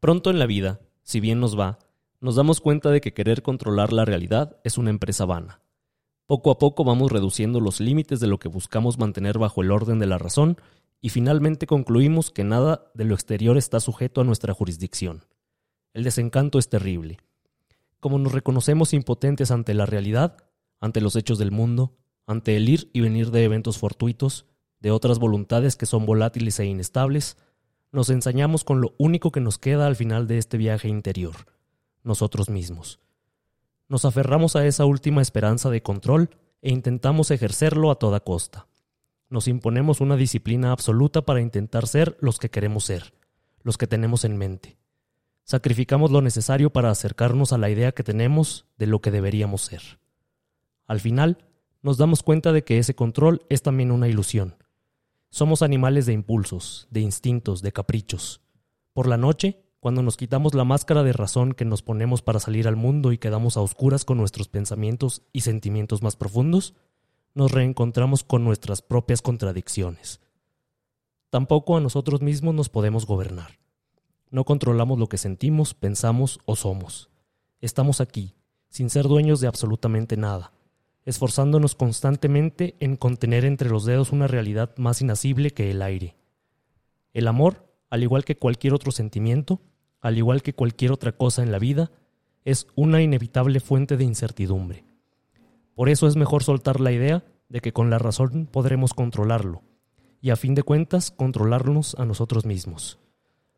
Pronto en la vida, si bien nos va, nos damos cuenta de que querer controlar la realidad es una empresa vana. Poco a poco vamos reduciendo los límites de lo que buscamos mantener bajo el orden de la razón y finalmente concluimos que nada de lo exterior está sujeto a nuestra jurisdicción. El desencanto es terrible. Como nos reconocemos impotentes ante la realidad, ante los hechos del mundo, ante el ir y venir de eventos fortuitos, de otras voluntades que son volátiles e inestables, nos ensañamos con lo único que nos queda al final de este viaje interior, nosotros mismos. Nos aferramos a esa última esperanza de control e intentamos ejercerlo a toda costa. Nos imponemos una disciplina absoluta para intentar ser los que queremos ser, los que tenemos en mente. Sacrificamos lo necesario para acercarnos a la idea que tenemos de lo que deberíamos ser. Al final, nos damos cuenta de que ese control es también una ilusión. Somos animales de impulsos, de instintos, de caprichos. Por la noche, cuando nos quitamos la máscara de razón que nos ponemos para salir al mundo y quedamos a oscuras con nuestros pensamientos y sentimientos más profundos, nos reencontramos con nuestras propias contradicciones. Tampoco a nosotros mismos nos podemos gobernar. No controlamos lo que sentimos, pensamos o somos. Estamos aquí, sin ser dueños de absolutamente nada, esforzándonos constantemente en contener entre los dedos una realidad más inasible que el aire. El amor, al igual que cualquier otro sentimiento, al igual que cualquier otra cosa en la vida, es una inevitable fuente de incertidumbre. Por eso es mejor soltar la idea de que con la razón podremos controlarlo, y a fin de cuentas controlarnos a nosotros mismos.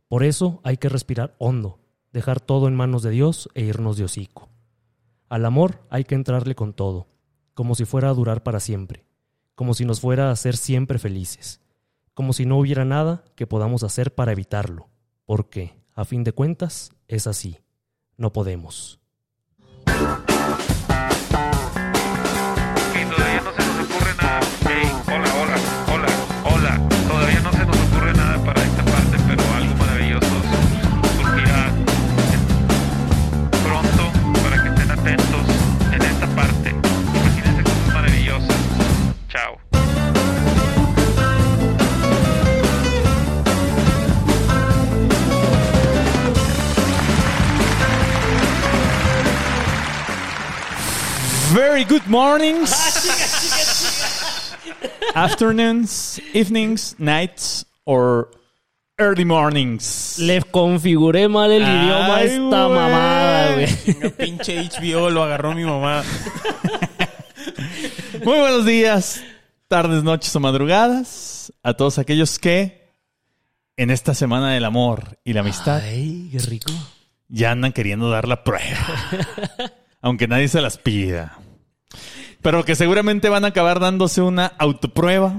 Por eso hay que respirar hondo, dejar todo en manos de Dios e irnos de hocico. Al amor hay que entrarle con todo, como si fuera a durar para siempre, como si nos fuera a hacer siempre felices, como si no hubiera nada que podamos hacer para evitarlo, porque, a fin de cuentas, es así, no podemos. Ok, todavía no se nos ocurre nada. Ey, hola, hola, hola, hola. Todavía no se nos ocurre nada para esta parte, pero algo maravilloso surgirá en- pronto para que estén atentos en esta parte. Imagínense cosas maravillosas. Chao. Very good mornings. Ah, Afternoons, evenings, nights, or early mornings. Le configuré mal el Ay, idioma a esta güey. mamada, güey. No, pinche HBO lo agarró mi mamá. Muy buenos días, tardes, noches o madrugadas a todos aquellos que en esta semana del amor y la amistad Ay, qué rico. ya andan queriendo dar la prueba, aunque nadie se las pida. Pero que seguramente van a acabar dándose una autoprueba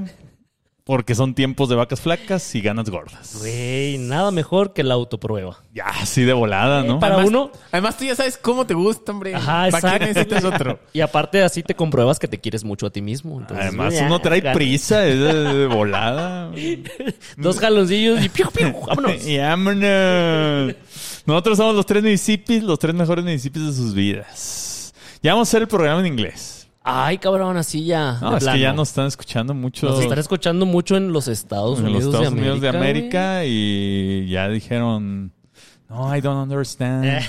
porque son tiempos de vacas flacas y ganas gordas. Güey, nada mejor que la autoprueba. Ya, así de volada, ¿no? Para Además- uno, Además, tú ya sabes cómo te gusta, hombre. Ajá, ¿Para exacto. qué necesitas otro? y aparte así te compruebas que te quieres mucho a ti mismo. Entonces, Además, ya, uno trae gana. prisa, es de, de volada. Dos jaloncillos y piu, piu, vámonos. Y vámonos. Nosotros somos los tres municipios, los tres mejores municipios de sus vidas. Ya vamos a hacer el programa en inglés. Ay, cabrón, así ya. No, de es que plano. ya nos están escuchando mucho Nos están escuchando mucho en los Estados en los Unidos, Estados de, Unidos de América, América y ya dijeron, no, I don't understand.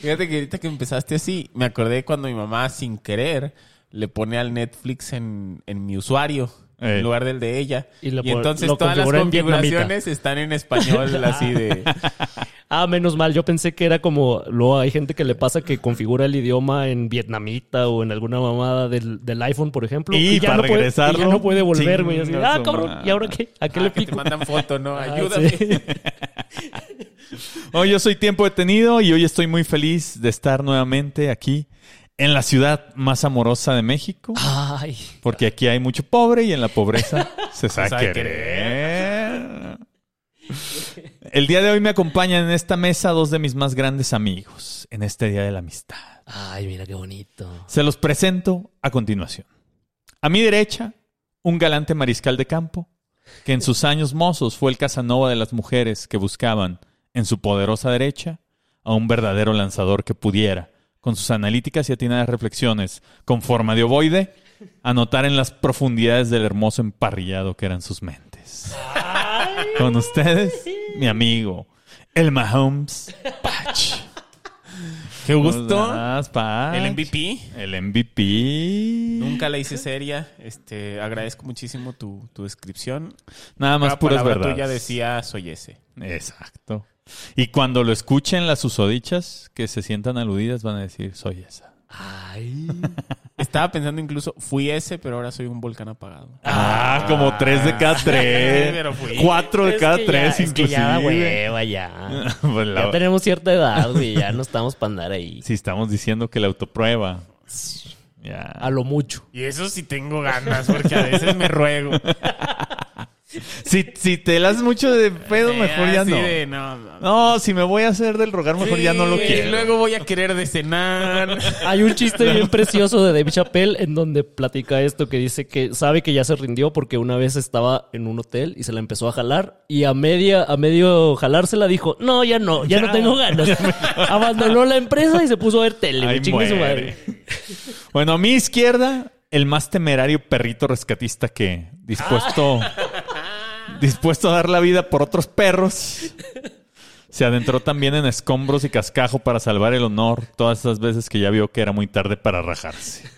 Fíjate que ahorita que empezaste así, me acordé cuando mi mamá, sin querer, le pone al Netflix en, en mi usuario. Eh. En lugar del de ella. Y Y, lo pon- entonces lo todas las configura en vietnamita. configuraciones están en español, así de. güey. Ah, menos mal. Yo pensé que era como... Luego hay gente que le pasa que configura el idioma en vietnamita o en alguna mamada del, del iPhone, por ejemplo. Y para no puede, regresarlo, y ya no puede volver, güey. Así, chinga Ah, su cabrón, madre. ¿y ahora qué? ¿A qué ah, le que te pico? mandan foto, ¿no? Ah, Ayúdame. sí. Hoy "Oh, yo soy tiempo detenido y hoy estoy muy feliz de estar nuevamente aquí en la ciudad más amorosa de México. Ay, Porque aquí hay mucho pobre y en la pobreza se sabe sabe querer. El día de hoy me acompañan en esta mesa dos de mis más grandes amigos en este Día de la Amistad. ay, mira qué bonito. Se los presento a continuación. A mi derecha, un galante mariscal de campo, que en sus años mozos fue el Casanova de las mujeres que buscaban, en su poderosa derecha, a un verdadero lanzador que pudiera, con sus analíticas y atinadas reflexiones, con forma de ovoide, anotar en las profundidades del hermoso emparrillado que eran sus mentes. Con ustedes, mi amigo, el Mahomes Patch. Qué ¿Cómo gusto. estás, Patch? El MVP. El MVP. Nunca la hice seria. Este, agradezco muchísimo tu, tu descripción. Nada más Cada puras palabra verdades. tuya decía soy ese. Exacto. Y cuando lo escuchen las usodichas que se sientan aludidas van a decir, soy esa. Ay. Estaba pensando incluso, fui ese, pero ahora soy un volcán apagado. Ah, como tres de cada tres. Pero fui. Cuatro de Es cada que ya- tres, es que inclusive. ya da hueva, ya. Pues la- Ya tenemos cierta edad, güey. Ya no estamos para andar ahí. Si estamos diciendo que la autoprueba. Ya. A lo mucho. Y eso sí tengo ganas, porque a veces me ruego. Si, si te las mucho de pedo, Ah, mejor ya Eh, Así no. de, no, no. No, si me voy a hacer del rogar, mejor ya no lo Sí, quiero. Y luego voy a querer de cenar. Hay un chiste bien precioso de Dave Chappelle en donde platica esto que dice que sabe que ya se rindió porque una vez estaba en un hotel y se la empezó a jalar y a media a medio jalársela dijo, "No, ya no, ya, no tengo ganas." Abandonó la empresa y se puso a ver tele. güey. Ahí Chingue su muere. madre. Bueno, a mi izquierda, el más temerario perrito rescatista que dispuesto, dispuesto a dar la vida por otros perros. Se adentró también en escombros y cascajo para salvar el honor todas esas veces que ya vio que era muy tarde para rajarse.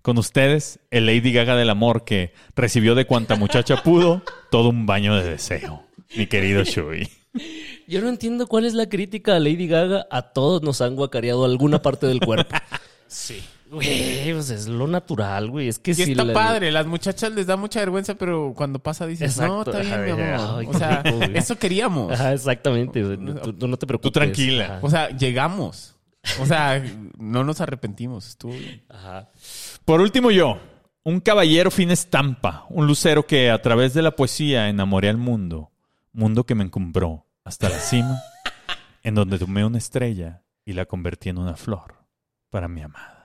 Con ustedes, el Lady Gaga del amor que recibió de cuanta muchacha pudo todo un baño de deseo. Mi querido Shui. Yo no entiendo cuál es la crítica a Lady Gaga. A todos nos han guacareado alguna parte del cuerpo. Sí. Güey, pues es lo natural, güey. Es que Y si está la- padre, las muchachas les da mucha vergüenza, pero cuando pasa dices, no, Exacto. está bien, mi Ay, amor. ay, o sea, qué rico, güey. eso queríamos. Ajá, exactamente. Tú, tú no te preocupes. Tú tranquila. Ajá. O sea, llegamos. O sea, no nos arrepentimos. Estuvo bien. Ajá. Por último yo, un caballero fin estampa, un lucero que a través de la poesía enamoré al mundo, mundo que me encumbró hasta la cima, en donde tomé una estrella y la convertí en una flor para mi amada.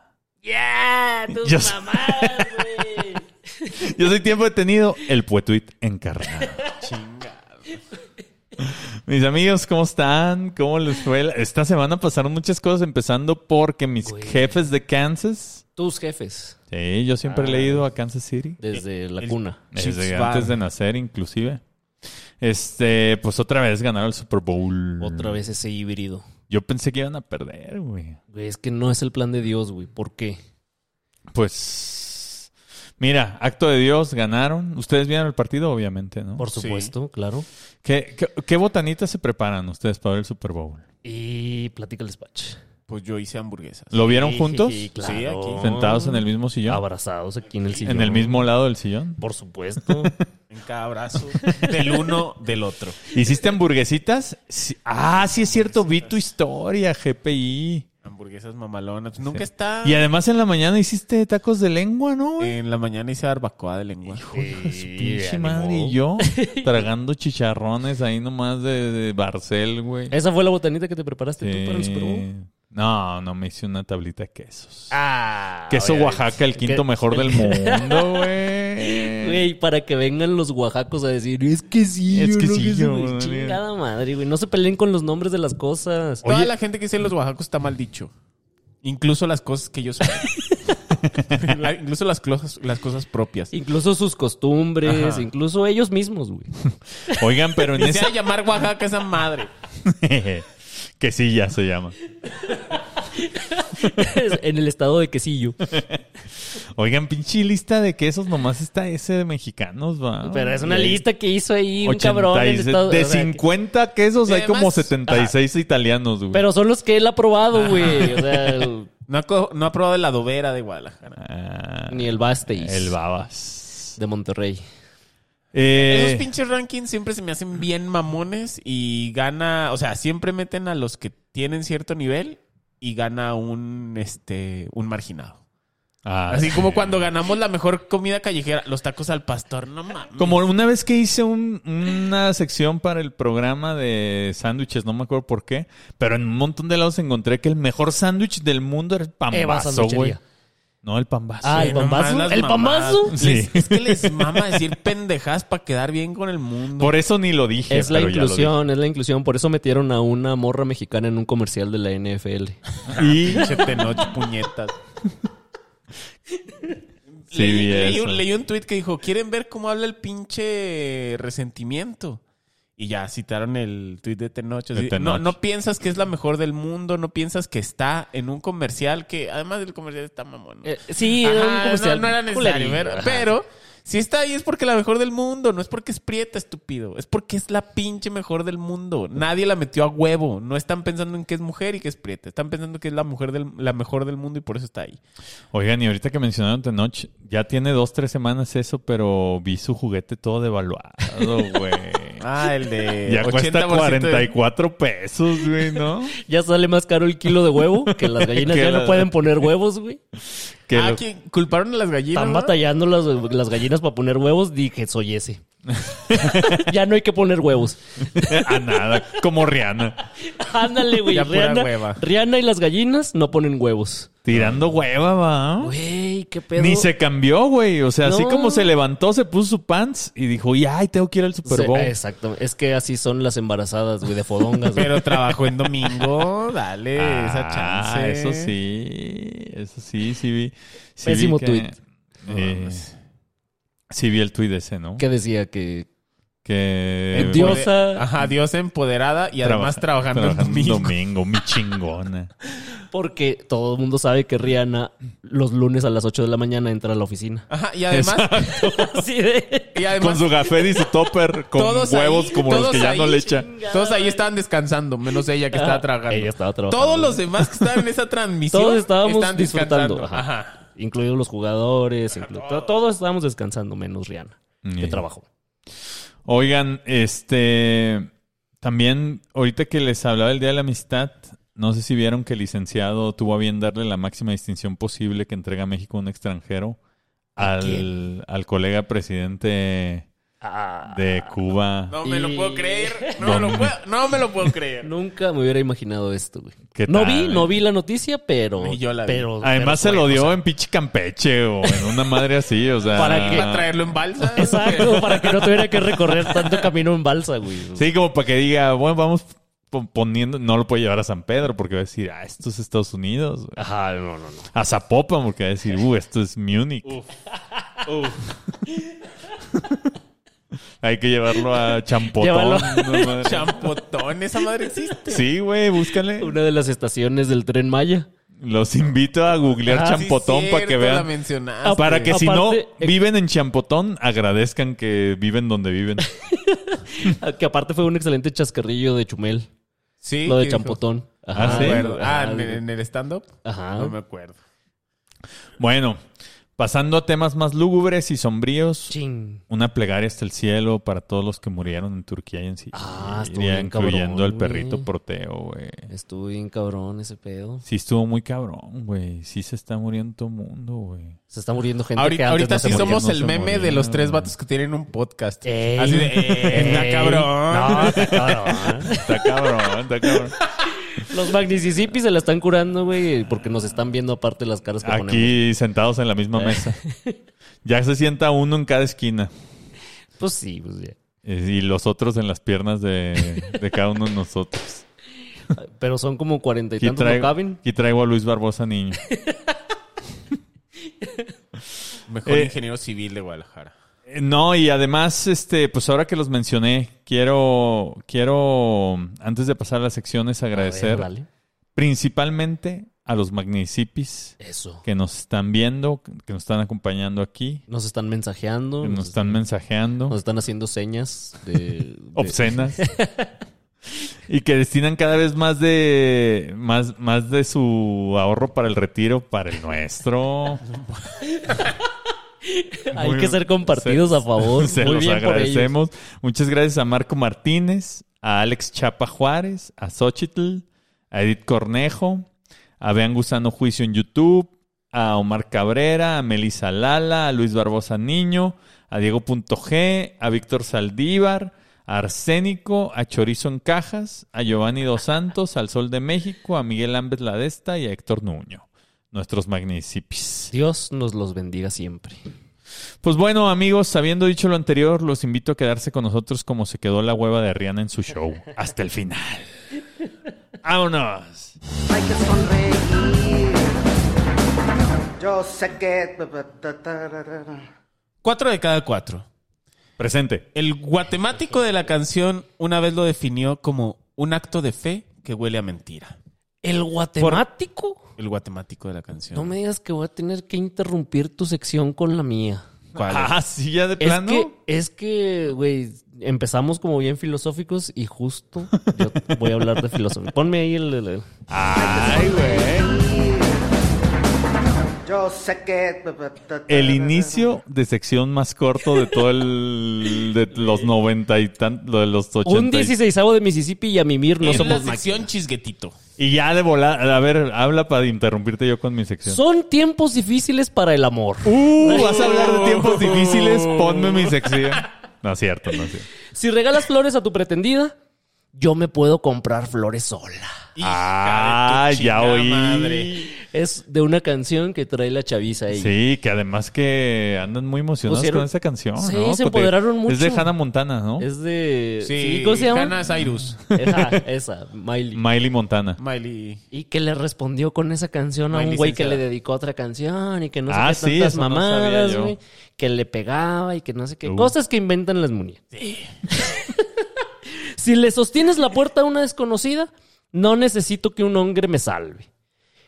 Ya, tus Yo sé. mamadas, güey. Yo soy tiempo detenido, el poetuit encarnado. Chingado. Mis amigos, ¿cómo están? ¿Cómo les fue? la- Esta semana pasaron muchas cosas, empezando porque mis Güey. jefes de Kansas, Tus jefes sí, yo siempre Ah. he leído a Kansas City. desde la El- cuna. Desde Chiefs antes fan. de nacer, inclusive. Este, pues otra vez ganaron el Super Bowl. Otra vez ese híbrido. Yo pensé que iban a perder, güey. Güey, es que no es el plan de Dios, güey. ¿Por qué? Pues. Mira, acto de Dios, ganaron. Ustedes vieron el partido, obviamente, ¿no? Por Sí. supuesto, claro. ¿Qué, qué, qué botanitas se preparan ustedes para ver el Super Bowl? Y platica el despacho. Pues yo hice hamburguesas. ¿Lo vieron juntos? Sí, claro. Sí, aquí. ¿Sentados en el mismo sillón? Abrazados aquí en el sillón. ¿En el mismo lado del sillón? Por supuesto. En cada brazo. Del uno, del otro. ¿Hiciste hamburguesitas? Sí. Ah, sí es cierto, vi tu historia, GPI. Hamburguesas mamalonas. Nunca está. Y además en la mañana hiciste tacos de lengua, ¿no? güey? En la mañana hice barbacoa de lengua. Hijo de su Sí, pinche ni madre. modo. Y yo tragando chicharrones ahí nomás de, de Barcel, güey. Esa fue la botanita que te preparaste tú para el Sí. Super Bowl. No, no, me hice una tablita de quesos. Ah, Queso obviamente. Oaxaca, el quinto Que- mejor del mundo, güey. Güey, para que vengan los oaxacos a decir, es que sí, Es que ¿no? sí, es yo, güey". madre. Chingada madre, güey. No se peleen con los nombres de las cosas. Toda la gente que dice los oaxacos está mal dicho. Incluso las cosas que yo soy. La- incluso las cosas, las cosas propias. Incluso sus costumbres, Ajá. incluso ellos mismos, güey. Oigan, pero en Y se esa... va a llamar Oaxaca esa madre. que sí, ya se llama. en el estado de quesillo. Oigan, pinche lista de quesos, nomás está ese de mexicanos, va. Pero es una Güey. lista que hizo ahí un cabrón. en 86. estado- de o sea, que- 50 quesos Y hay como además- 76 italianos, güey. Pero son los que él ha probado, güey. O sea, el- No ha, co- no ha probado la adobera de Guadalajara. Ah, ni el Basteis. el babas. De Monterrey. Esos Eh, pinches rankings siempre se me hacen bien mamones y gana, o sea, siempre meten a los que tienen cierto nivel y gana un este un marginado. ah, Así sí. como cuando ganamos la mejor comida callejera, los tacos al pastor, no mames. Como una vez que hice un- una sección para el programa de sándwiches, no me acuerdo por qué, pero en un montón de lados encontré que el mejor sándwich del mundo era el Eva pambazo, Sanduchería. güey. No, el pambazo. Ah, el no más pambazo. las El mamadas. pambazo. Sí. Les- es que les mama decir pendejadas para quedar bien con el mundo. Por eso ni lo dije. Es la pero ya lo inclusión, es la inclusión. Por eso metieron a una morra mexicana en un comercial de la NFL. dije. Pinche Tenoch, puñetas. Sí, leí, vi leí eso. un, leí un tuit que dijo, ¿quieren ver cómo habla el pinche resentimiento? Y ya citaron el tuit de Tenoch. De así, Tenoch. No, no piensas que es la mejor del mundo, no piensas que está en un comercial que, además del comercial, está mamón. ¿no? Eh, sí, era un Ajá, comercial no, no era necesario. culerillo, pero- ajá. Pero si está ahí es porque la mejor del mundo, no es porque es prieta, estúpido. Es porque es la pinche mejor del mundo. Nadie la metió a huevo. No están pensando en que es mujer y que es prieta. Están pensando que es la mujer del, la mejor del mundo y por eso está ahí. Oigan, y ahorita que mencionaron Tenoch, ya tiene dos, tres semanas eso, pero vi su juguete todo devaluado, güey. Ah, el de. ya cuesta 80% de- 44 pesos, güey, ¿no? Ya sale más caro el kilo de huevo que las gallinas Que ya la- no pueden poner huevos, güey. Que Ah, lo- que culparon a las gallinas. Están ¿no? batallando las, las gallinas para poner huevos. Dije, soy ese. ya no hay que poner huevos. A nada, como Rihanna. Ándale, güey. Ya pura Rihanna, hueva. Rihanna y las gallinas no ponen huevos. Tirando hueva, va. Güey, qué pedo. Ni se cambió, güey. O sea, así No. como se levantó, se puso su pants y dijo, y ay, tengo que ir al Super Se- Bowl. Exacto. Es que así son las embarazadas, güey, de fodongas. güey. Pero trabajó en domingo. Dale esa Ah, chance. Eso sí, eso sí, sí vi. Sí Pésimo vi tuit. No eh, mames. sí vi el tuit ese, ¿no? ¿Qué decía? Que Que... Dios Voy- diosa. Ajá, diosa empoderada y además Trabaja- trabajando, en domingo. domingo, mi chingona. porque todo el mundo sabe que Rihanna los lunes a las 8 de la mañana entra a la oficina. Ajá, y además, Así de... y además con su gafé y su topper, con Todos huevos ahí, como los todos que ya no ahí, le echa. Ah, todos ahí estaban descansando, menos ella que estaba trabajando. Ella estaba trabajando. Todos los demás que estaban en esa transmisión Todos estábamos están disfrutando. descansando. Ajá. Ajá. Incluidos los jugadores. inclu- to- Todos estábamos descansando, menos Rihanna. Yeah. Que trabajó. Oigan, este también ahorita que les hablaba del Día de la Amistad, no sé si vieron que el licenciado tuvo a bien darle la máxima distinción posible que entrega México a un extranjero al, al colega presidente Ah, de Cuba. No me lo puedo creer. No. No, me lo puedo, no me lo puedo creer. Nunca me hubiera imaginado esto, güey. ¿Qué No tal, vi, eh? no vi la noticia, pero. Ni yo la vi. Ah, pero- Además pero se lo fue, dio o sea, en pinche Campeche o en una madre así, o sea. ¿Para qué? ¿Iba a traerlo en balsa? Exacto, para que no tuviera que recorrer tanto camino en balsa, güey. Sí, como para que diga, bueno, vamos po- poniendo, no lo puede llevar a San Pedro porque va a decir, ah, esto es Estados Unidos. güey. Ajá, no, no, no. A Zapopan porque va a decir, uh, esto es Múnich. Hay que llevarlo a Champotón. Llévalo. no madre. Champotón, esa madre existe. Sí, güey, búscale. Una de las estaciones del tren Maya. Los invito a googlear Ah, Champotón Sí, para que cierto, la vean. Ah, mencionaste. Para que si no Aparte, eh, viven en Champotón, agradezcan que viven donde viven. Que aparte fue un excelente chascarrillo de Chumel. Sí, Lo de ¿qué Champotón. Ah. Ah, dijo? No ¿sí? me acuerdo. Ah, Ajá, ¿en, güey. en el stand-up? Ajá. No me acuerdo. Bueno, pasando a temas más lúgubres y sombríos. Chin. Una plegaria hasta el cielo para todos los que murieron en Turquía y en Siria. Ah, estuvo Iría bien incluyendo cabrón, al perrito güey. Proteo, güey. Estuvo bien cabrón ese pedo. Sí estuvo muy cabrón, güey. Sí se está muriendo todo mundo, güey. Se está muriendo gente que Ahorita, antes ahorita no se sí moría. somos no el se meme moría, de los güey. tres vatos que tienen un podcast. Ey. Así de, eh, está Ey. cabrón. No, está cabrón. Está cabrón, está cabrón. Los magnicisipis se la están curando, güey, porque nos están viendo aparte las caras que ponemos. Aquí sentados en la misma Eh. mesa. Ya se sienta uno en cada esquina. Pues sí, pues ya. Eh, Y los otros en las piernas de, de cada uno de nosotros. Pero son como cuarenta y Aquí tantos no traigo, caben. aquí traigo a Luis Barbosa Niño. Mejor Eh. ingeniero civil de Guadalajara. Eh, No, y además, este, pues ahora que los mencioné, quiero, quiero, antes de pasar a las secciones, agradecer A ver, dale. principalmente a los magnicipis Eso. que nos están viendo, que nos están acompañando aquí, Nos están mensajeando. que nos están mensajeando, pues, nos están haciendo señas de, de- obscenas. Y que destinan cada vez más de más, más de su ahorro para el retiro, para el nuestro. Hay Muy- que ser compartidos a favor. Se Muy los bien por ellos. agradecemos. Muchas gracias a Marco Martínez, a Alex Chapa Juárez, a Xochitl, a Edith Cornejo, a Vean Gusano Juicio en YouTube, a Omar Cabrera, a Melissa Lala, a Luis Barbosa Niño, a Diego.g, a Víctor Saldívar, a Arsénico, a Chorizo en Cajas, a Giovanni Dos Santos, al Sol de México, a Miguel Ámbez Ladesta y a Héctor Nuño. Nuestros magnicipis. Dios nos los bendiga siempre. Pues bueno, amigos, habiendo dicho lo anterior, los invito a quedarse con nosotros como se quedó la hueva de Rihanna en su show. Hasta el final. ¡Vámonos! hay que sonreír. Yo sé que... Cuatro de cada cuatro. Presente. El guatemático de la canción una vez lo definió como un acto de fe que huele a mentira. ¿El guatemático? El guatemático de la canción. No me digas que voy a tener que interrumpir tu sección con la mía. ¿Cuál es? Ah, sí, ya de Es plano. que, es que, güey, empezamos como bien filosóficos y justo yo voy a hablar de filosofía. Ponme ahí el- el- el... Ay, güey. Yo sé que. El inicio de sección más corto de todo el. de los noventa y tan, lo de los Un ochenta. y- 16 de Mississippi y a Mimir no Es somos la máquinas. sección chisguetito. Y ya de volar. A ver, habla para interrumpirte yo con mi sección. Son tiempos difíciles para el amor. Uh, vas a hablar de tiempos difíciles. Ponme mi sección. No es cierto, no es cierto. Si regalas flores a tu pretendida, yo me puedo comprar flores sola. Hija Ah, de tu ya chingada oí. madre. Es de una canción que trae la chaviza ahí. Sí, que además que andan muy emocionados Pusieron- con esa canción. Sí, ¿no? se Porque empoderaron mucho. Es de Hannah Montana, ¿no? Es de... Sí, ¿sí? ¿Cómo se llama? Hannah Cyrus. Esa, esa, Miley. Miley Montana. Miley. Y que le respondió con esa canción a Miley un güey que le Censada. dedicó otra canción y que no sé Ah, qué sí, tantas eso no sabía mamadas, yo. güey. Que le pegaba y que no sé qué. Uh. Cosas que inventan las muñecas. si le sostienes la puerta a una desconocida, no necesito que un hombre me salve.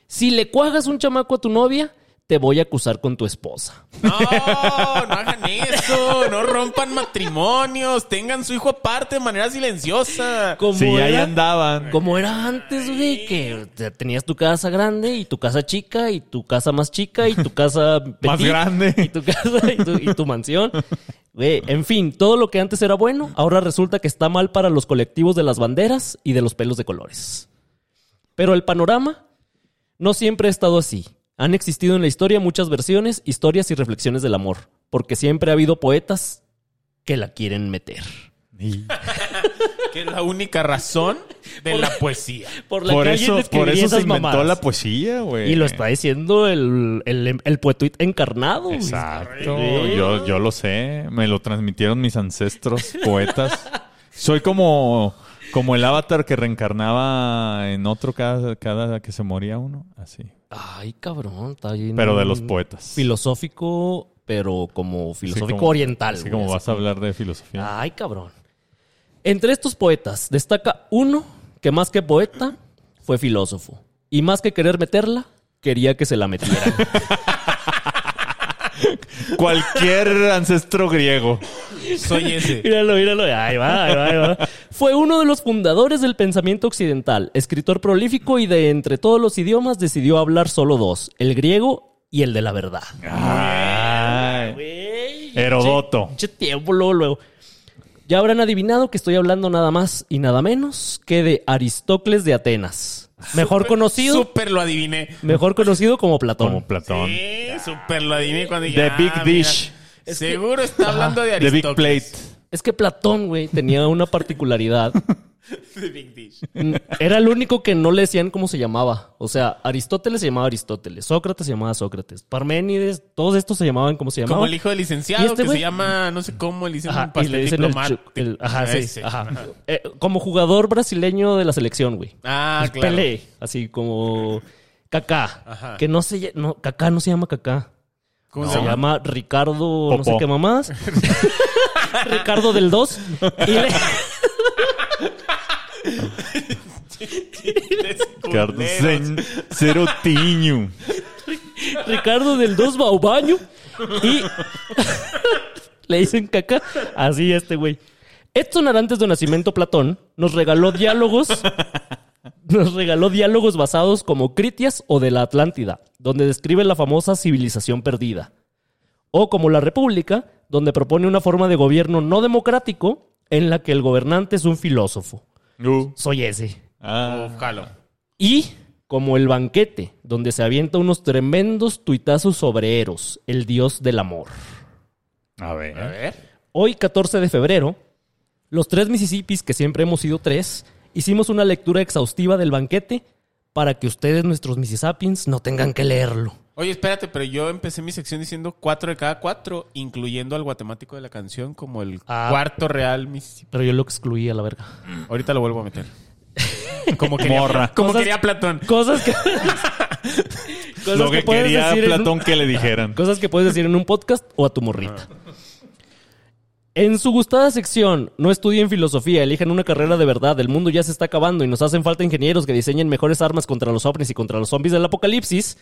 Si le cuagas un chamaco a tu novia, te voy a acusar con tu esposa. No, no hagan eso. No rompan matrimonios. Tengan su hijo aparte de manera silenciosa. Como Sí, ahí era- andaban. Como era antes, güey, que te- tenías tu casa grande y tu casa chica y tu casa más chica y tu casa Más petit, Y grande. tu casa y tu, y tu mansión. Güey, en fin, todo lo que antes era bueno, ahora resulta que está mal para los colectivos de las banderas y de los pelos de colores. Pero el panorama no siempre ha estado así. Han existido en la historia muchas versiones, historias y reflexiones del amor, porque siempre ha habido poetas que la quieren meter. Y Que es la única razón de la poesía. Por, la Por que alguien eso, escribiría por eso se esas inventó mamadas. la poesía, güey. Y lo está diciendo el, el, el poetuit encarnado. güey. Exacto. Yo, yo lo sé. Me lo transmitieron mis ancestros poetas. Soy como, como el avatar que reencarnaba en otro cada, cada que se moría uno. Así. Ay, cabrón, está bien. Pero de los Mm. poetas. Filosófico, pero como filosófico Así como- oriental. Así güey, como así vas a hablar de filosofía. Ay, cabrón. Entre estos poetas destaca uno que más que poeta fue filósofo. Y más que querer meterla, quería que se la metieran. Cualquier ancestro griego. Soy ese. Míralo, míralo. Ahí va, ahí va, ahí va. Fue uno de los fundadores del pensamiento occidental, escritor prolífico y de entre todos los idiomas decidió hablar solo dos, el griego y el de la verdad. Ay. Herodoto. Che tiempo, luego, luego. Ya habrán adivinado que estoy hablando nada más y nada menos que de Aristócles de Atenas. Mejor conocido, Súper lo adiviné. mejor conocido como Platón. Como Platón. Sí, súper lo adiviné cuando dije. The Big ah, Dish. mira, Seguro está hablando de The Big Plate. Aristóteles. Es que Platón, güey, tenía una particularidad. The Big Dish. Mm, Era el único que no le decían cómo se llamaba. O sea, Aristóteles se llamaba Aristóteles, Sócrates se llamaba Sócrates, Parménides, todos estos se llamaban como se Como llamaban. el hijo del ¿Y licenciado este que güey? se llama, no sé cómo, le dicen Ajá, y un pastel le dicen el diplomático. chu- el- ajá, sí, Ese. ajá. Eh, como jugador brasileño de la selección, güey. Ah, Pues claro. Pelé, así como Kaká, Ajá. que no se lle- no Kaká no se llama Kaká. ¿Cómo Se llama Ricardo, no sé Popó. qué mamás. Ricardo del 2. Y le- Carlos Cero Tiño. Ricardo del 2 va al baño y le dicen caca. Así este güey. Edson Arantes de Nacimiento Platón nos regaló diálogos. Nos regaló diálogos basados como Critias o de la Atlántida, donde describe la famosa civilización perdida. O como la República, donde propone una forma de gobierno no democrático en la que el gobernante es un filósofo. Uh. Soy ese. Ah. Jalo. Y como el banquete, donde se avienta unos tremendos tuitazos sobre Eros, el dios del amor. A ver. A ver. Hoy, 14 de febrero, los tres Mississippis, que siempre hemos sido tres, hicimos una lectura exhaustiva del banquete para que ustedes, nuestros Mississippians, no tengan que leerlo. Oye, espérate, pero yo empecé mi sección diciendo cuatro de cada cuatro, incluyendo al guatemático de la canción como el Ah. cuarto real Mississippi. Pero yo lo excluí a la verga. Ahorita lo vuelvo a meter. Como quería, Morra. Como Cosas- quería Platón. Cosas que. cosas Lo que puedes quería decir en un- Platón que le dijeran. Cosas que puedes decir en un podcast o a tu morrita. En su gustada sección, no estudien filosofía, elijan una carrera de verdad. El mundo ya se está acabando y nos hacen falta ingenieros que diseñen mejores armas contra los ovnis y contra los zombies del apocalipsis.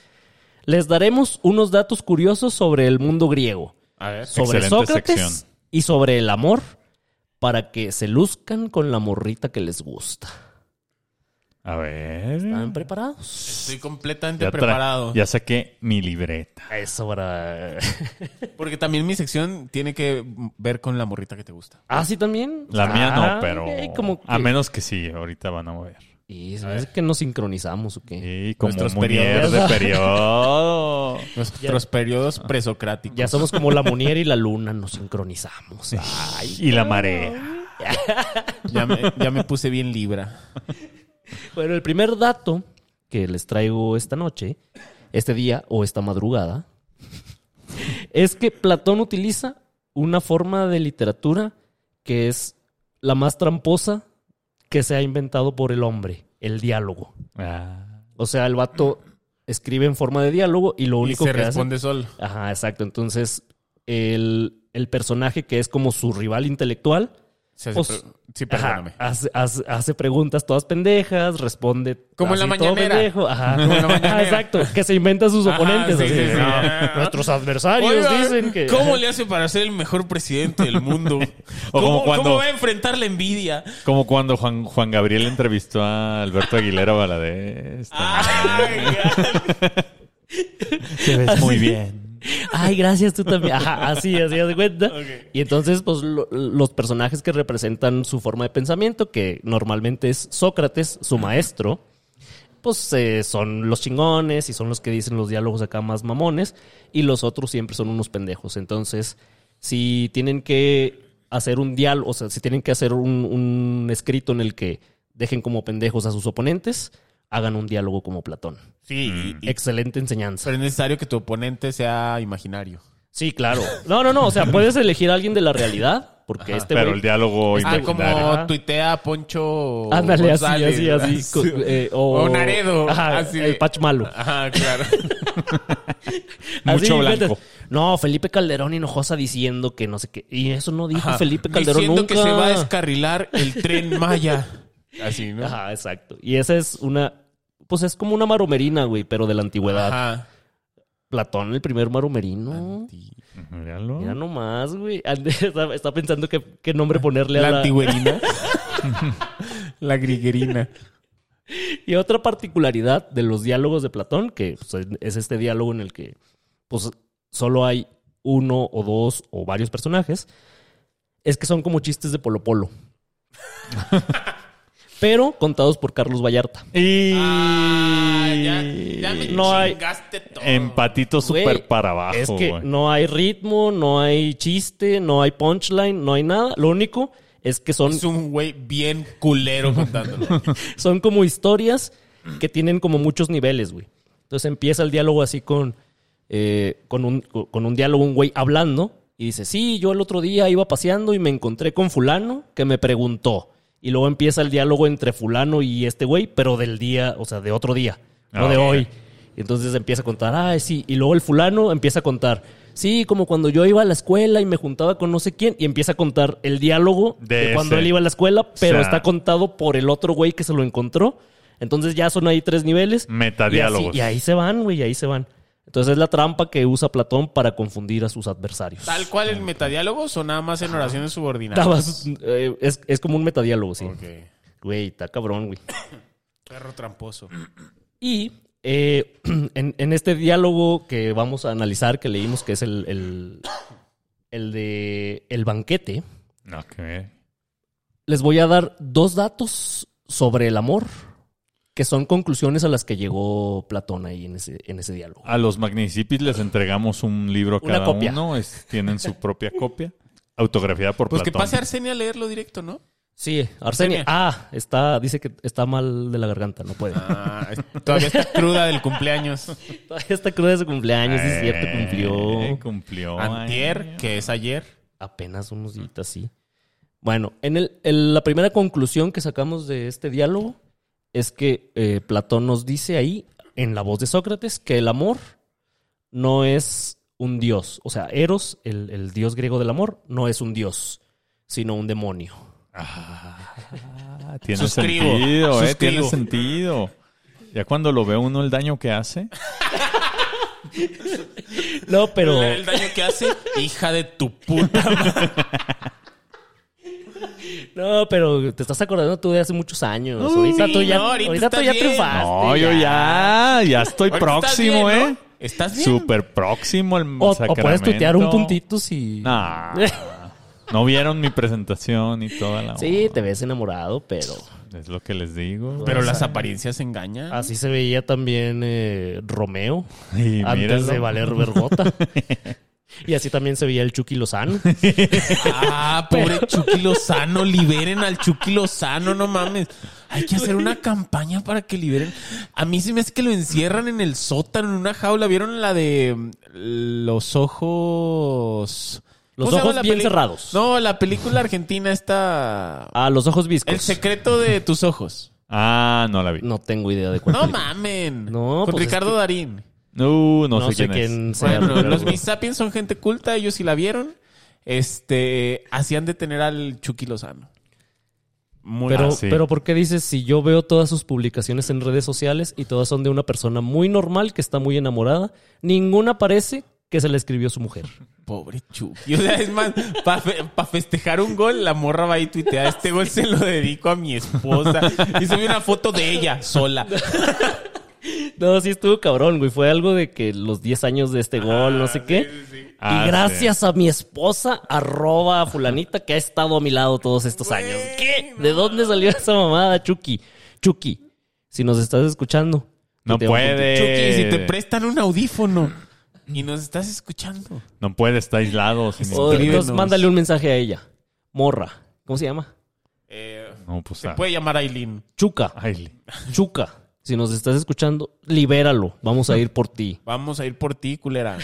Les daremos unos datos curiosos sobre el mundo griego, A ver. sobre Excelente Sócrates sección. y sobre el amor, para que se luzcan con la morrita que les gusta. A ver. ¿Están preparados? Estoy completamente Ya tra- preparado. Ya saqué mi libreta. Eso para. Porque también mi sección tiene que ver con la morrita que te gusta. ¿Ah, sí también? La mía Ah, no, pero. ok, como que- A menos que sí, ahorita van a mover. Y se me hace que nos sincronizamos o qué. Y como Nuestros Munier de periodos. periodo. Nuestros periodos presocráticos. Ah. Ya somos como la munier y la luna, nos sincronizamos. Ah. Ay, y la marea. Ya me, ya me puse bien libra. Bueno, el primer dato que les traigo esta noche, este día o esta madrugada, es que Platón utiliza una forma de literatura que es la más tramposa que se ha inventado por el hombre, el diálogo. Ah, O sea, el vato escribe en forma de diálogo y lo Y único se que hace... responde solo. Ajá, exacto. Entonces, el, el personaje que es como su rival intelectual, Se hace Pues, pre- sí, ajá, perdóname. hace, hace- hace preguntas todas pendejas, responde. Como en así la todo mañanera. pendejo. Ajá, en la mañanera. Ah, exacto. Que se inventa sus Ajá, oponentes. sí, así sí, de, sí. "No, Ah. Nuestros adversarios Oiga, dicen que. ¿Cómo le hace para ser el mejor presidente del mundo? como ¿Cómo, cuando- cómo va a enfrentar la envidia? Como cuando Juan, Juan Gabriel entrevistó a Alberto Aguilera Valadez. Ah, Ay, Te ves Pues muy bien. Ay, gracias, tú también. Ajá, así, así haz de cuenta. Y entonces, pues, lo- los personajes que representan su forma de pensamiento, que normalmente es Sócrates, su maestro, pues eh, son los chingones y son los que dicen los diálogos acá más mamones, y los otros siempre son unos pendejos. Entonces, si tienen que hacer un diálogo, o sea, si tienen que hacer un, un escrito en el que dejen como pendejos a sus oponentes, hagan un diálogo como Platón. sí, y- y- Excelente enseñanza. pero es necesario que tu oponente sea imaginario. Sí, claro. No, no, no. O sea, puedes elegir a alguien de la realidad. Porque este Pero güey. el diálogo Ah, imaginario. como Ajá. tuitea Poncho Ándale, así, González, así, ¿verdad? así. co- eh, o, O Naredo, Ajá, así de- el Pach Malo. Ajá, claro. Así, Mucho blanco. cuentas, No, Felipe Calderón Hinojosa diciendo que no sé qué. Y eso no dijo Ajá. Felipe Calderón Diciendo nunca. que se va a descarrilar el tren Maya. Así, ¿no? Ajá, exacto. Y esa es una. Pues es como una maromerina, güey, pero de la antigüedad. Ajá. Platón, el primer maromerino. Míralo. Mira nomás, güey. Ande- Está, está pensando qué, qué nombre ponerle a La la, antigüerina. la griguerina. Y otra particularidad de los diálogos de Platón, que pues, es este diálogo en el que pues, solo hay uno o dos o varios personajes, es que son como chistes de Polo Polo. Pero contados por Carlos Vallarta. Y. Ah, ya, ya me No hay- chingaste todo. Empatito Güey, súper para abajo. es que güey. no hay ritmo, no hay chiste, no hay punchline, no hay nada. Lo único es que son, Es un güey bien culero contándolo. son como historias que tienen como muchos niveles, güey. Entonces empieza el diálogo así con, eh, con, un, con un diálogo, un güey hablando, y dice, sí, yo el otro día iba paseando y me encontré con fulano que me preguntó. Y luego empieza el diálogo entre fulano y este güey, pero del día, o sea, de otro día, no Ah, de ok. hoy. Y entonces empieza a contar, ah, sí. Y luego el fulano empieza a contar, sí, como cuando yo iba a la escuela y me juntaba con no sé quién. Y empieza a contar el diálogo De de, cuando ese. él iba a la escuela, pero sea- está contado por el otro güey que se lo encontró. Entonces ya son ahí tres niveles. Metadiálogos. Y, así- y ahí se van, güey, y ahí se van. Entonces es la trampa que usa Platón para confundir a sus adversarios. ¿Tal cual en metadiálogos o nada más en oraciones Nada subordinadas? más, eh, es, es como un metadiálogo, sí. Ok. Güey, está cabrón, güey. Perro tramposo. Y eh, en, en este diálogo que vamos a analizar, que leímos, que es el, el, el de El banquete, No, que- les voy a dar dos datos sobre el amor, que son conclusiones a las que llegó Platón ahí en ese, en ese diálogo. A los magnicipis les entregamos un libro a Una cada copia. uno. es- tienen su propia copia. Autografiada por Pues que Platón. pase Arsenia a leerlo directo, ¿no? Sí, Arsenia. Arsenia. Ah, está, dice que está mal de la garganta, no puede. Ah, es- todavía está cruda del cumpleaños. Todavía está cruda de su cumpleaños, sí es cierto, Eh, cumplió Cumplió. Antier, que es ayer. apenas unos días, sí. Bueno, en, el, en la primera conclusión que sacamos de este diálogo es que eh, Platón nos dice ahí, en la voz de Sócrates, que el amor no es un dios. O sea, Eros, el, el dios griego del amor, no es un dios. sino un demonio. Ah, tiene Suscribo, sentido, eh, tiene suscribo. sentido. Ya cuando lo ve uno el daño que hace, No, pero El daño que hace, hija de tu puta madre. no, pero te estás acordando tú de hace muchos años. ahorita sí, tú ya, no, ahorita ahorita tú estás ya bien. triunfaste. no, yo ya, ya estoy Ahorita estás próximo, bien, eh. ¿no? ¿Estás bien? Súper próximo el O, o puedes Sacramento. tuitear un puntito si. Nah, no vieron mi presentación y toda la. sí, te ves enamorado, pero Es lo que les digo. Pero las apariencias engañan. así se veía también eh, Romeo Y antes míralo. de valer vergota. y así también se veía el Chucky Lozano. Ah, pobre Chucky Lozano, liberen al Chucky Lozano, no mames. Hay que hacer una campaña para que liberen. A mí se me hace que lo encierran en el sótano, en una jaula. ¿Vieron la de mm, los ojos? Los ¿Cómo se llama ojos la bien peli- cerrados. Ah, No, la película argentina está... A los ojos viscos. El secreto de tus ojos. Ah, no la vi. No tengo idea de cuál. No película. mamen. No, Con pues es Ricardo que- Darín. No, no, sé, quién, es. sea, Bueno, pero- los Miss Sapiens son gente culta, ellos sí la vieron. Este, hacían detener al Chucky Lozano. Muy Pero, Ah, sí. pero ¿por qué dices si yo veo todas sus publicaciones en redes sociales y todas son de una persona muy normal que está muy enamorada? Ninguna parece que se le escribió su mujer. Pobre Chucky. O sea, es más, para festejar un gol, la morra va y tuitea, este gol se lo dedico a mi esposa. Y se ve una foto de ella sola. No, sí estuvo cabrón, güey. Fue algo de que los 10 años de este gol, no sé qué. Ah, y sí. gracias a mi esposa, arroba a fulanita, que ha estado a mi lado todos estos años. ¿Qué? ¿De dónde salió esa mamada, Chucky? Chucky, si nos estás escuchando. No te amo contigo. puede. Chucky, si Eh. te prestan un audífono y nos estás escuchando. No puede, está aislado. sin O- internet. Entonces Escríbenos. mándale un mensaje a ella. Morra. ¿Cómo se llama? Eh, No, pues. se ah. puede llamar Aileen. Chuca. Ay, le- Chuca, si nos estás escuchando, libéralo. Vamos a ir por ti. Vamos a ir por ti, culera.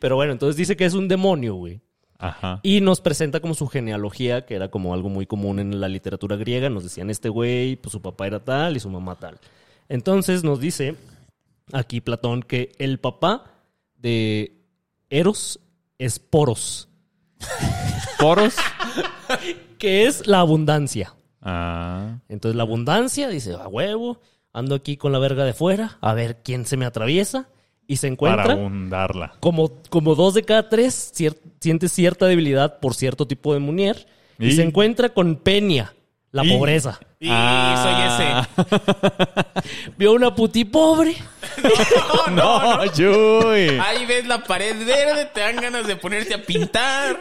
Pero bueno, entonces dice que es un demonio, güey. Ajá. Y nos presenta como su genealogía, que era como algo muy común en la literatura griega. Nos decían este güey, pues su papá era tal y su mamá tal. Entonces nos dice aquí Platón que el papá de Eros es Poros, Poros. que es la abundancia. Ah. Entonces la abundancia dice, a huevo, ando aquí con la verga de fuera, a ver quién se me atraviesa. Y se encuentra... Para abundarla. como, como dos de cada tres cier- siente cierta debilidad por cierto tipo de munier y, Y- se encuentra con Peña, la Y- pobreza. Y Ah. soy Vio una puti pobre. ese. No, no, Ah. No, Chuy. Ahí ves la pared verde, te dan ganas de ponerte a pintar.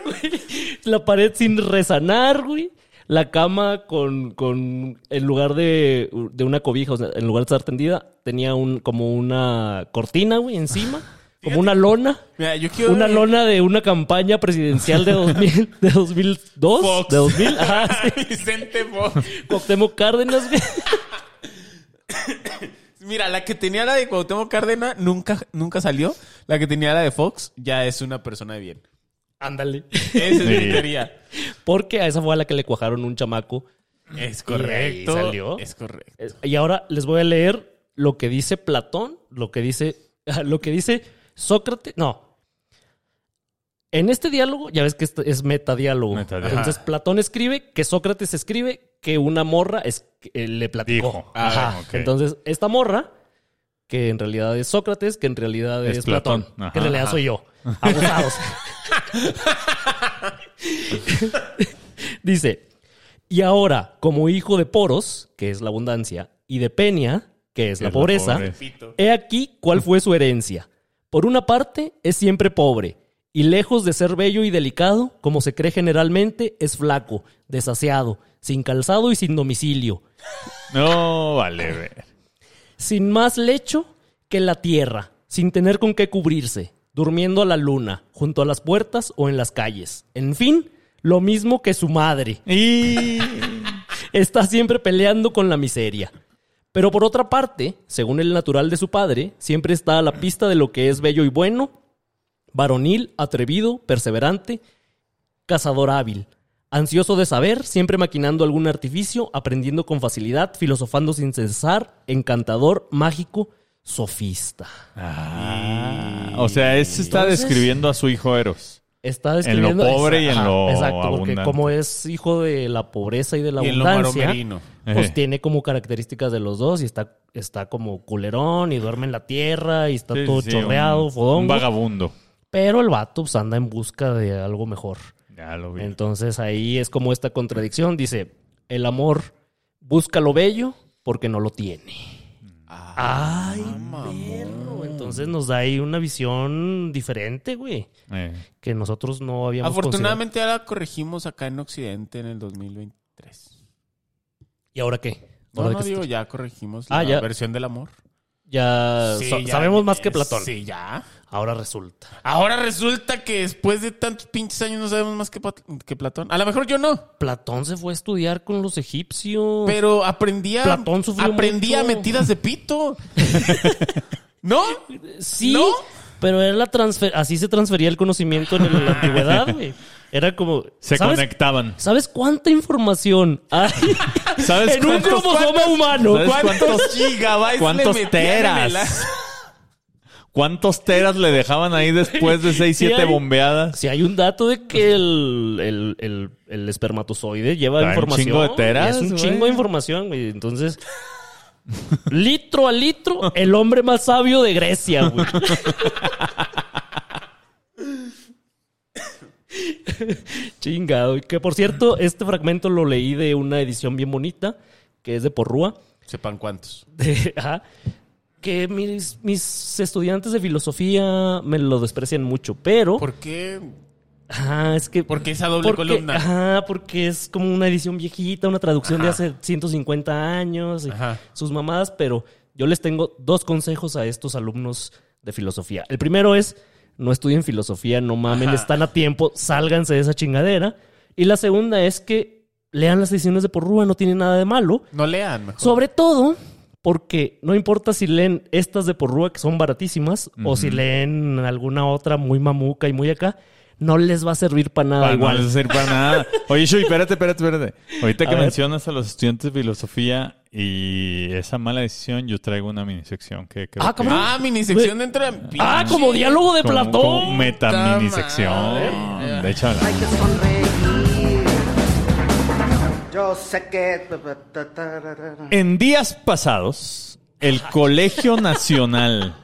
la pared sin resanar, güey. La cama con, con en lugar de, de una cobija, o sea, en lugar de estar tendida, tenía un, como una cortina, güey, encima, como una lona. Mira, yo quiero. Una lona de una campaña presidencial de 2000, de 2002, Fox. de 2000, ajá, sí. Vicente Fox. Cuauhtémoc Cárdenas, güey. Mira, la que tenía la de Cuauhtémoc Cárdenas nunca, nunca salió. La que tenía la de Fox ya es una persona de bien. Ándale. Esa es mi Sí. teoría. Porque a esa fue a la que le cuajaron un chamaco. Es ahí correcto. salió. Es correcto. Es- Y ahora les voy a leer lo que dice Platón, lo que dice, lo que dice Sócrates. No. En este diálogo, ya ves que esto es metadiálogo. Metadiálogo. Entonces Platón escribe que Sócrates escribe que una morra es, eh, le platicó. Dijo. Ah, Ajá. ok. Entonces, esta morra, que en realidad es Sócrates, que en realidad es, Es Platón. Platón, Ajá. que en realidad soy yo. Abusados. Dice, y ahora, como hijo de Poros, que es la abundancia, y de Peña, que es la Es la pobreza, pobreza. Pito. he aquí cuál fue su herencia. Por una parte, es siempre pobre, y lejos de ser bello y delicado, como se cree generalmente, es flaco, desasiado, sin calzado y sin domicilio, No, vale, ver. sin más lecho que la tierra, sin tener con qué cubrirse, durmiendo a la luna, junto a las puertas o en las calles. En fin, lo mismo que su madre. Y. está siempre peleando con la miseria. Pero por otra parte, según el natural de su padre, siempre está a la pista de lo que es bello y bueno, varonil, atrevido, perseverante, cazador hábil, ansioso de saber, siempre maquinando algún artificio, aprendiendo con facilidad, filosofando sin cesar, encantador, mágico, sofista. Ah, o sea, ese está Entonces- describiendo a su hijo Eros. está describiendo pobre y en lo exacto, porque abundante. como es hijo de la pobreza y de la Y en lo abundancia, maromerino. pues Ejé. tiene como características de los dos y está, está como culerón y duerme en la tierra y está Sí, todo sí, chorreado, un- Un fodongo. vagabundo. pero el vato pues, anda en busca de algo mejor. Ya lo vi. Entonces ahí es como esta contradicción. Dice, el amor busca lo bello porque no lo tiene. Ah, Ay, perro. Entonces nos da ahí una visión diferente, güey, Eh. que nosotros no habíamos Afortunadamente ahora corregimos acá en Occidente en el 2023. considerado. ¿Y ahora qué? No, Ahora no que digo, está- ya corregimos Ah, la ya. versión del amor. ya, Sí, sa- ya. sabemos más que Platón. Sí, ya. Ahora resulta. Ahora resulta que después de tantos pinches años no sabemos más que, Pat- que Platón. A lo mejor yo no, Platón se fue a estudiar con los egipcios. pero aprendía. Platón sufrió Aprendía mucho. metidas de pito. ¿No? Sí, ¿No? pero era la transfer así se transfería el conocimiento en la antigüedad, güey. Era como Se ¿sabes? conectaban. ¿Sabes cuánta información hay ¿Sabes en un cuántos- cromosoma humano? ¿Sabes cuántos gigabytes ¿Cuántos le metían en el teras? ¿Cuántos teras le dejaban ahí después de 6, Sí 7 hay. bombeadas? Si hay un dato de que el, el, el- el espermatozoide lleva Trae un información. chingo de teras, es un güey. chingo de información, güey. Entonces, litro a litro, el hombre más sabio de Grecia, güey. Chingado. Y Que por cierto, este fragmento lo leí de una edición bien bonita, que es de Porrúa. Sepan cuántos. de- ajá, que mis, mis estudiantes de filosofía me lo desprecian mucho, pero... ¿Por qué? Ajá, es que... ¿Por qué esa doble porque- columna? Ajá, porque es como una edición viejita, una traducción de hace 150 años, y Ajá. sus mamadas, pero yo les tengo dos consejos a estos alumnos de filosofía. El primero es, no estudien filosofía, no mamen, están a tiempo, sálganse de esa chingadera. Y la segunda es que lean las ediciones de Porrúa, no tiene nada de malo. No lean mejor. Sobre todo porque no importa si leen estas de Porrúa que son baratísimas o si leen alguna otra muy mamuca y muy acá, no les va a servir para nada Para no Ah, igual. les sirve para nada. Oye, Shui, espérate, espérate, espérate. Ahorita A que ver. mencionas a los estudiantes de filosofía y esa mala decisión, yo traigo una minisección que creo Ah, que... cabrón. Ah, minisección dentro de. Ah, como diálogo de como- Platón. como madre. metaminisección. De hecho, Hay que sonreír. Yo sé que. En días pasados, el Colegio Nacional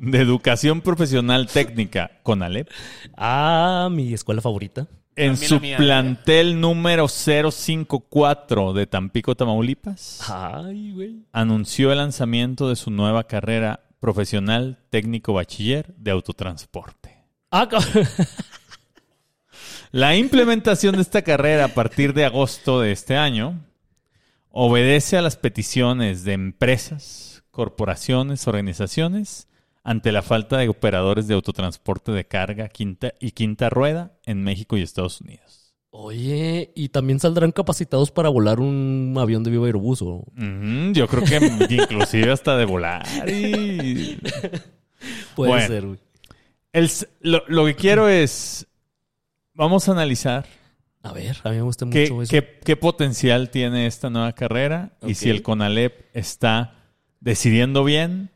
de Educación Profesional Técnica, CONALEP, Ah, mi escuela favorita. en También la su mía, plantel número 054 de Tampico, Tamaulipas, Ay, güey. anunció el lanzamiento de su nueva carrera profesional técnico bachiller de autotransporte. Ah, cabrón. La implementación de esta carrera a partir de agosto de este año obedece a las peticiones de empresas, corporaciones, organizaciones ante la falta de operadores de autotransporte de carga quinta y quinta rueda en México y Estados Unidos. Oye, y también saldrán capacitados para volar un avión de vivo aerobús. ¿o? Ujú, Mm, yo creo que inclusive hasta de volar. y- Puede Bueno. ser, güey. El s- lo, lo que quiero es, vamos a analizar A ver, a mí me gusta ¿Qué, mucho eso. qué- qué potencial tiene esta nueva carrera? Y si Ok. el CONALEP está decidiendo bien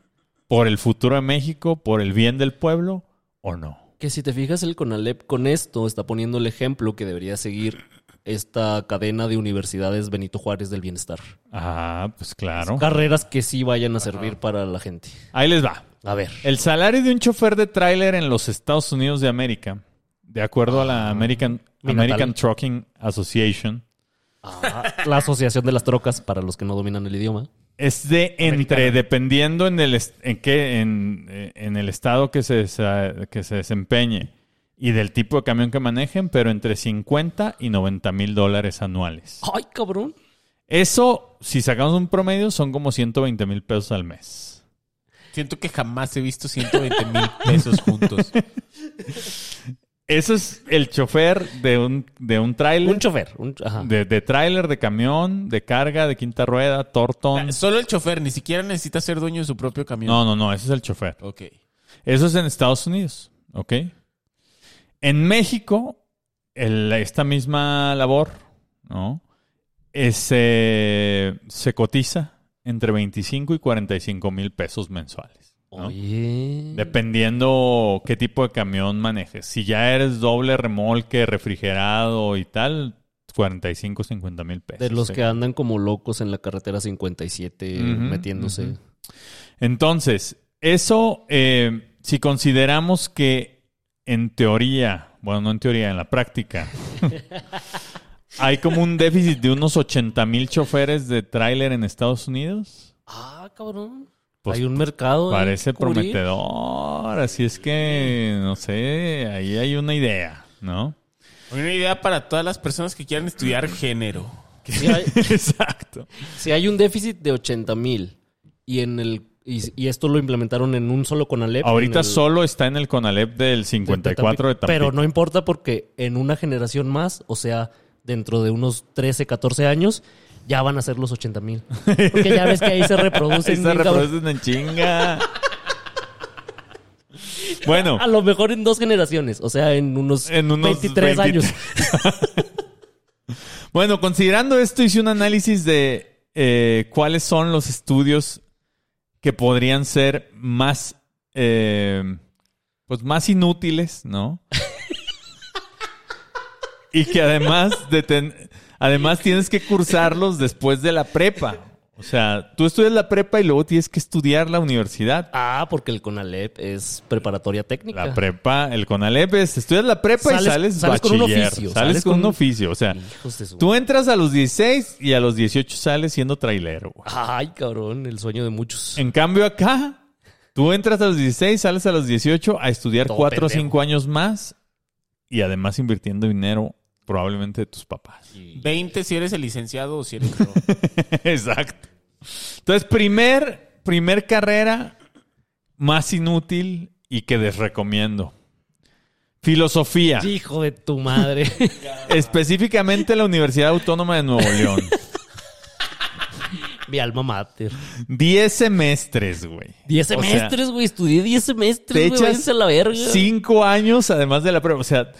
por el futuro de México, por el bien del pueblo o no. Que si te fijas, el CONALEP con esto está poniendo el ejemplo que debería seguir esta cadena de universidades Benito Juárez del Bienestar. Ah, pues claro. Carreras que sí vayan a servir para la gente. Ahí les va. A ver. El salario de un chofer de tráiler en los Estados Unidos de América, de acuerdo a la American, mi American natal. Trucking Association, Ah, la Asociación de las Trocas, para los que no dominan el idioma. Es de entre, dependiendo en el, est- en qué, en, eh, en el estado que se, desa- que se desempeñe y del tipo de camión que manejen, pero entre 50 y 90 mil dólares anuales. ¡Ay, cabrón! Eso, si sacamos un promedio, son como 120 mil pesos al mes. Siento que jamás he visto 120 mil pesos juntos. Eso es el chofer de un, de un tráiler, Un Ah. chofer. un- ajá. de, de tráiler, de camión, de carga, de quinta rueda, tortón. Solo el chofer, ni siquiera necesita ser dueño de su propio Ah, camión. No, no, no, ese es el chofer. Ok. Eso es en Estados Unidos, ¿ok? En México, el- esta misma labor, ¿no? Es, eh, se cotiza entre 25 y 45 mil pesos mensuales. ¿no? Oye. Dependiendo qué tipo de camión manejes. Si ya eres doble remolque, refrigerado y tal, 45, 50 mil pesos. ¿eh? De los Sí. que andan como locos en la carretera 57 Ujú, metiéndose. ujú. Entonces, eso, eh, si consideramos que en teoría, bueno, no en teoría, en la práctica, hay como un déficit de unos 80 mil choferes de tráiler en Estados Unidos, Ah, cabrón. Pues, Hay un mercado. ahí parece que cubrir. prometedor. Así es que, no sé, ahí hay una idea, ¿no? Una idea para todas las personas que quieran estudiar género. Si hay, Exacto. si hay un déficit de 80 mil y en el y, y esto lo implementaron en un solo Conalep. en Ahorita el- solo está en el Conalep del 54 de Tampico. Pero no importa porque en una generación más, o sea, dentro de unos 13, 14 años, ya van a ser los 80 mil. Porque ya ves que ahí se reproducen. Ahí se bien, cabrón. reproducen en chinga. bueno, A lo mejor en dos generaciones, o sea, en unos, En unos 23 años. bueno, considerando esto, hice un análisis de eh, cuáles son los estudios que podrían ser más, eh, pues más inútiles, ¿no? y que además de ten- además tienes que cursarlos después de la prepa. O sea, tú estudias la prepa y luego tienes que estudiar la universidad. Ah, porque el Conalep es preparatoria técnica. La prepa, el Conalep es, estudias la prepa y Sales- sales, sales con un bachiller, oficio, Sales, sales con, con un un- oficio. O sea, Hijos de su- tú entras a los 16 y a los 18 sales siendo trailero. güey. Ay, cabrón, el sueño de muchos. En cambio acá, tú entras a los 16, sales a los 18 a estudiar Todo 4 o pendejo. 5 años más y además invirtiendo dinero probablemente de tus papás. 20 si eres el licenciado o si eres yo. Exacto. Entonces, primer, primer carrera más inútil y que desrecomiendo. Filosofía. Hijo de tu madre. Específicamente la Universidad Autónoma de Nuevo León. Mi alma mater. 10 semestres, güey. 10 O sea, semestres, güey. Estudié 10 te semestres, güey. echas Váyanse a la verga. 5 años además de la prepa. O sea,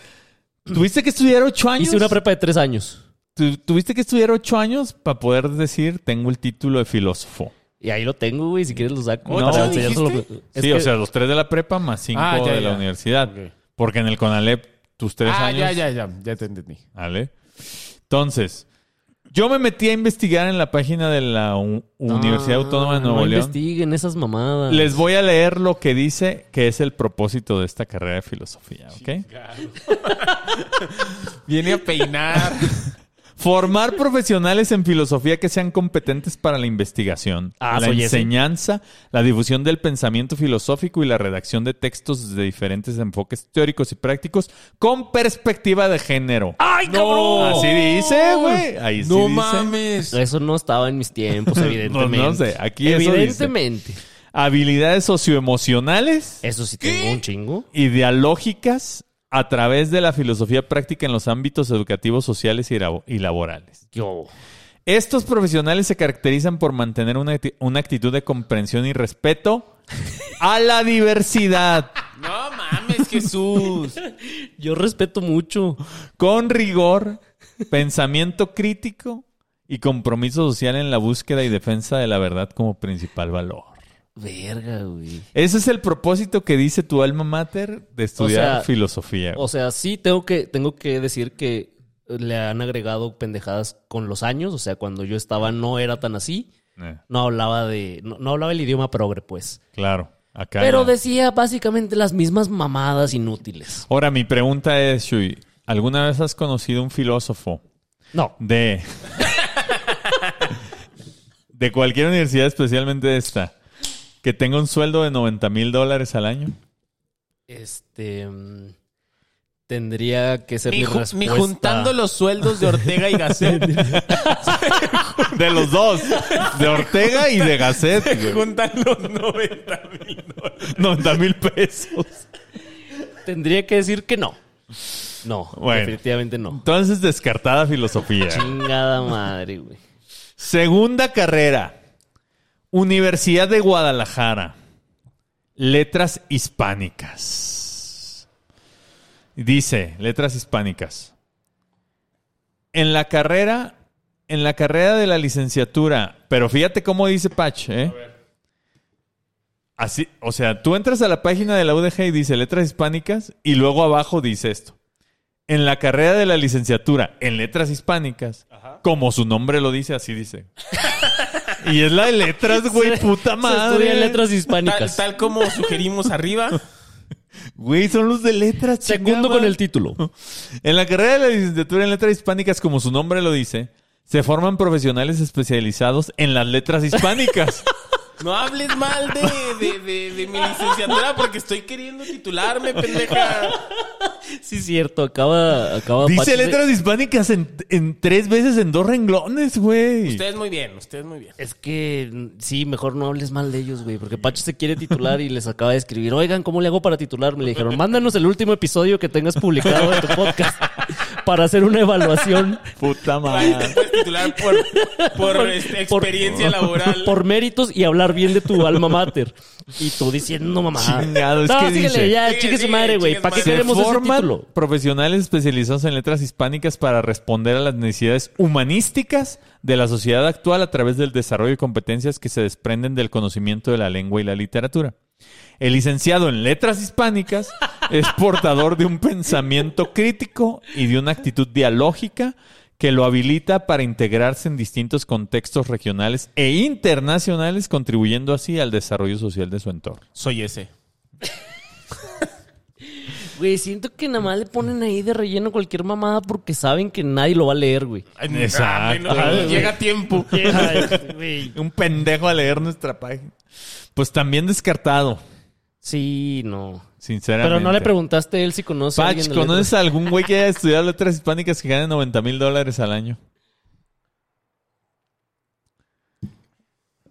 tuviste que estudiar 8 años. Hice una prepa de 3 años. Tu- tuviste que estudiar 8 años para poder decir, tengo el título de filósofo. Y ahí lo tengo, güey. Si quieres lo saco. No, para ¿dijiste? enseñárselo. Es sí, que o sea, los 3 de la prepa más 5 Ah, ya, de la ya. universidad. Ok. Porque en el CONALEP tus 3 Ah, años... ya, ya, ya. Ya te entendí. ¿Vale? Entonces, yo me metí a investigar en la página de la U- Universidad Ah, no, Autónoma de Nuevo no León. investiguen esas mamadas. Les voy a leer lo que dice que es el propósito de esta carrera de filosofía, ¿ok? Viene a peinar. Formar profesionales en filosofía que sean competentes para la investigación, Ah, la soy ese. enseñanza, la difusión del pensamiento filosófico y la redacción de textos de diferentes enfoques teóricos y prácticos con perspectiva de género. ¡Ay, cabrón! Así dice, güey. Ahí sí no dice. mames. Eso no estaba en mis tiempos, evidentemente. No, no sé, aquí eso dice. Evidentemente. Habilidades socioemocionales. Eso sí tengo un chingo. ideológicas a través de la filosofía práctica en los ámbitos educativos, sociales y labo- y laborales. Yo. Estos profesionales se caracterizan por mantener una, acti- una actitud de comprensión y respeto a la diversidad, No mames, Jesús. Yo respeto mucho. con rigor, pensamiento crítico y compromiso social en la búsqueda y defensa de la verdad como principal valor. Verga, güey. Ese es el propósito que dice tu alma mater de estudiar sea, filosofía. O sea, sí tengo que, tengo que decir que le han agregado pendejadas con los años. O sea, cuando yo estaba no era tan así. Eh, No hablaba de. No, no hablaba el idioma progre, pues. claro. Acá Pero ya. decía básicamente las mismas mamadas inútiles. Ahora, mi pregunta es, Shui, ¿alguna vez has conocido un filósofo No. de... de cualquier universidad, especialmente esta, que tenga un sueldo de 90 mil dólares al año? Este. mm, Tendría que ser Ni, mi ju- respuesta. ni juntando los sueldos de Ortega y Gasset. De los dos, de Ortega y de Gasset. güey. juntan los 90 mil dólares. 90 mil pesos. Tendría que decir que no. No, Bueno. definitivamente no. Entonces, descartada filosofía. Chingada madre, güey. Segunda carrera, Universidad de Guadalajara, Letras Hispánicas. Dice, Letras Hispánicas. En la carrera, en la carrera de la licenciatura, pero fíjate cómo dice Patch, ¿eh? Así, o sea, tú entras a la página de la UDG y dice letras hispánicas y luego abajo dice esto. En la carrera de la licenciatura en letras hispánicas, como su nombre lo dice, así dice. y es la de letras, güey, puta Se madre. estudian letras Tal, hispánicas. tal como sugerimos arriba. Güey, son los de letras, Segundo chingada con el título. En la carrera de la licenciatura en letras hispánicas, como su nombre lo dice, se forman profesionales especializados en las letras hispánicas. No hables mal de, de, de, de mi licenciatura porque estoy queriendo titularme, pendeja. Sí, cierto. Acaba, acaba Pachi dice de- letras hispánicas en, en tres veces en dos renglones, güey. Ustedes muy bien, ustedes muy bien. Es que mm, sí, mejor no hables mal de ellos, güey, porque Pacho se quiere titular y les acaba de escribir, oigan, ¿cómo le hago para titularme? Le dijeron, mándanos el último episodio que tengas publicado de tu podcast para hacer una evaluación Puta Ay, te madre. puedes titular por, por, este, por- experiencia laboral. por méritos y hablar bien de tu alma mater. Y tú diciendo, mamá. Chingado, es no, que síguele, dice. ya, Sigue, chingue su sigue, madre, güey. chingue ¿Para su qué madre. Se queremos ese forman título? profesionales especializados en letras hispánicas para responder a las necesidades humanísticas de la sociedad actual a través del desarrollo de competencias que se desprenden del conocimiento de la lengua y la literatura. El licenciado en letras hispánicas es portador de un pensamiento crítico y de una actitud dialógica que lo habilita para integrarse en distintos contextos regionales e internacionales, contribuyendo así al desarrollo social de su entorno. Soy ese. Güey, siento que nada más le ponen ahí de relleno cualquier mamada porque saben que nadie lo va a leer, güey. Ay, Exacto. ah, menos- Ay, llega a tiempo. Güey. Un pendejo a leer nuestra página. Pues también descartado, Sí, no. sinceramente. Pero no le preguntaste a él si conoce a alguien Pach, de ¿conoces a algún güey que haya estudiado letras hispánicas que gane 90 mil dólares al año?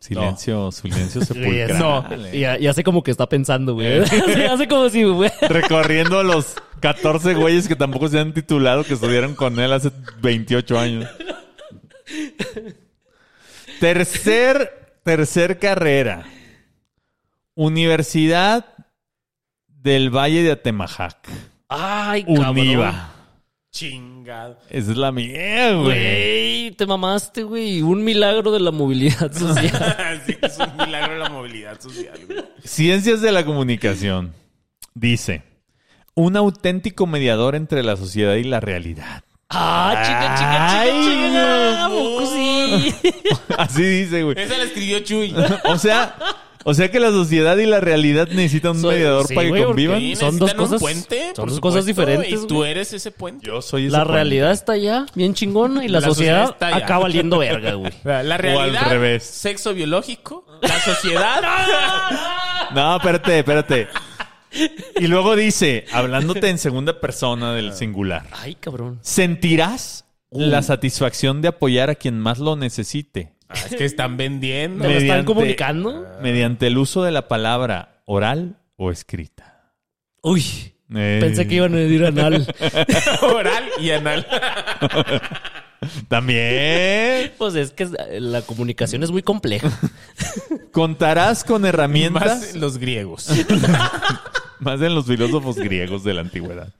Silencio, silencio sepulcral. No, y, ha- y hace como que está pensando, güey. Hace- hace como si, güey. Recorriendo los 14 güeyes que tampoco se han titulado que estudiaron con él hace 28 años. Tercer, tercer carrera. Universidad del Valle de Atemajac. Ay, cabrón. Univa. Chingado. Esa es la mía, güey. Güey, te mamaste, güey. Un milagro de la movilidad social. Así que es un milagro la movilidad social. güey. Ciencias de la comunicación. Dice, un auténtico mediador entre la sociedad y la realidad. ah, chica, chica, chica, chica. Ay, ¿A poco sí? Así dice, güey. Esa la escribió Chuy. O sea, o sea que la sociedad y la realidad necesitan un Soy- mediador sí, para que güey, convivan. porque- Sí, Son dos necesitan un cosas- puente, son por dos cosas supuesto, diferentes, Y tú güey. eres ese puente. Yo soy ese La puente. realidad está allá, bien chingona, y la, La sociedad, sociedad está allá. acaba valiendo verga, güey. La, la realidad. al revés. Sexo biológico. La sociedad. No, espérate, espérate. Y luego dice, hablándote en segunda persona Ah. del singular, Ay, cabrón. sentirás Uh. la satisfacción de apoyar a quien más lo necesite Ah, es que están vendiendo. ¿Te lo están Mediante- comunicando? mediante el uso de la palabra oral o escrita. Uy. Eh, Pensé que iban a decir anal. Oral y anal. Eh, También Pues es que la comunicación es muy compleja. contarás con herramientas. Más los griegos. Más en los filósofos griegos de la antigüedad.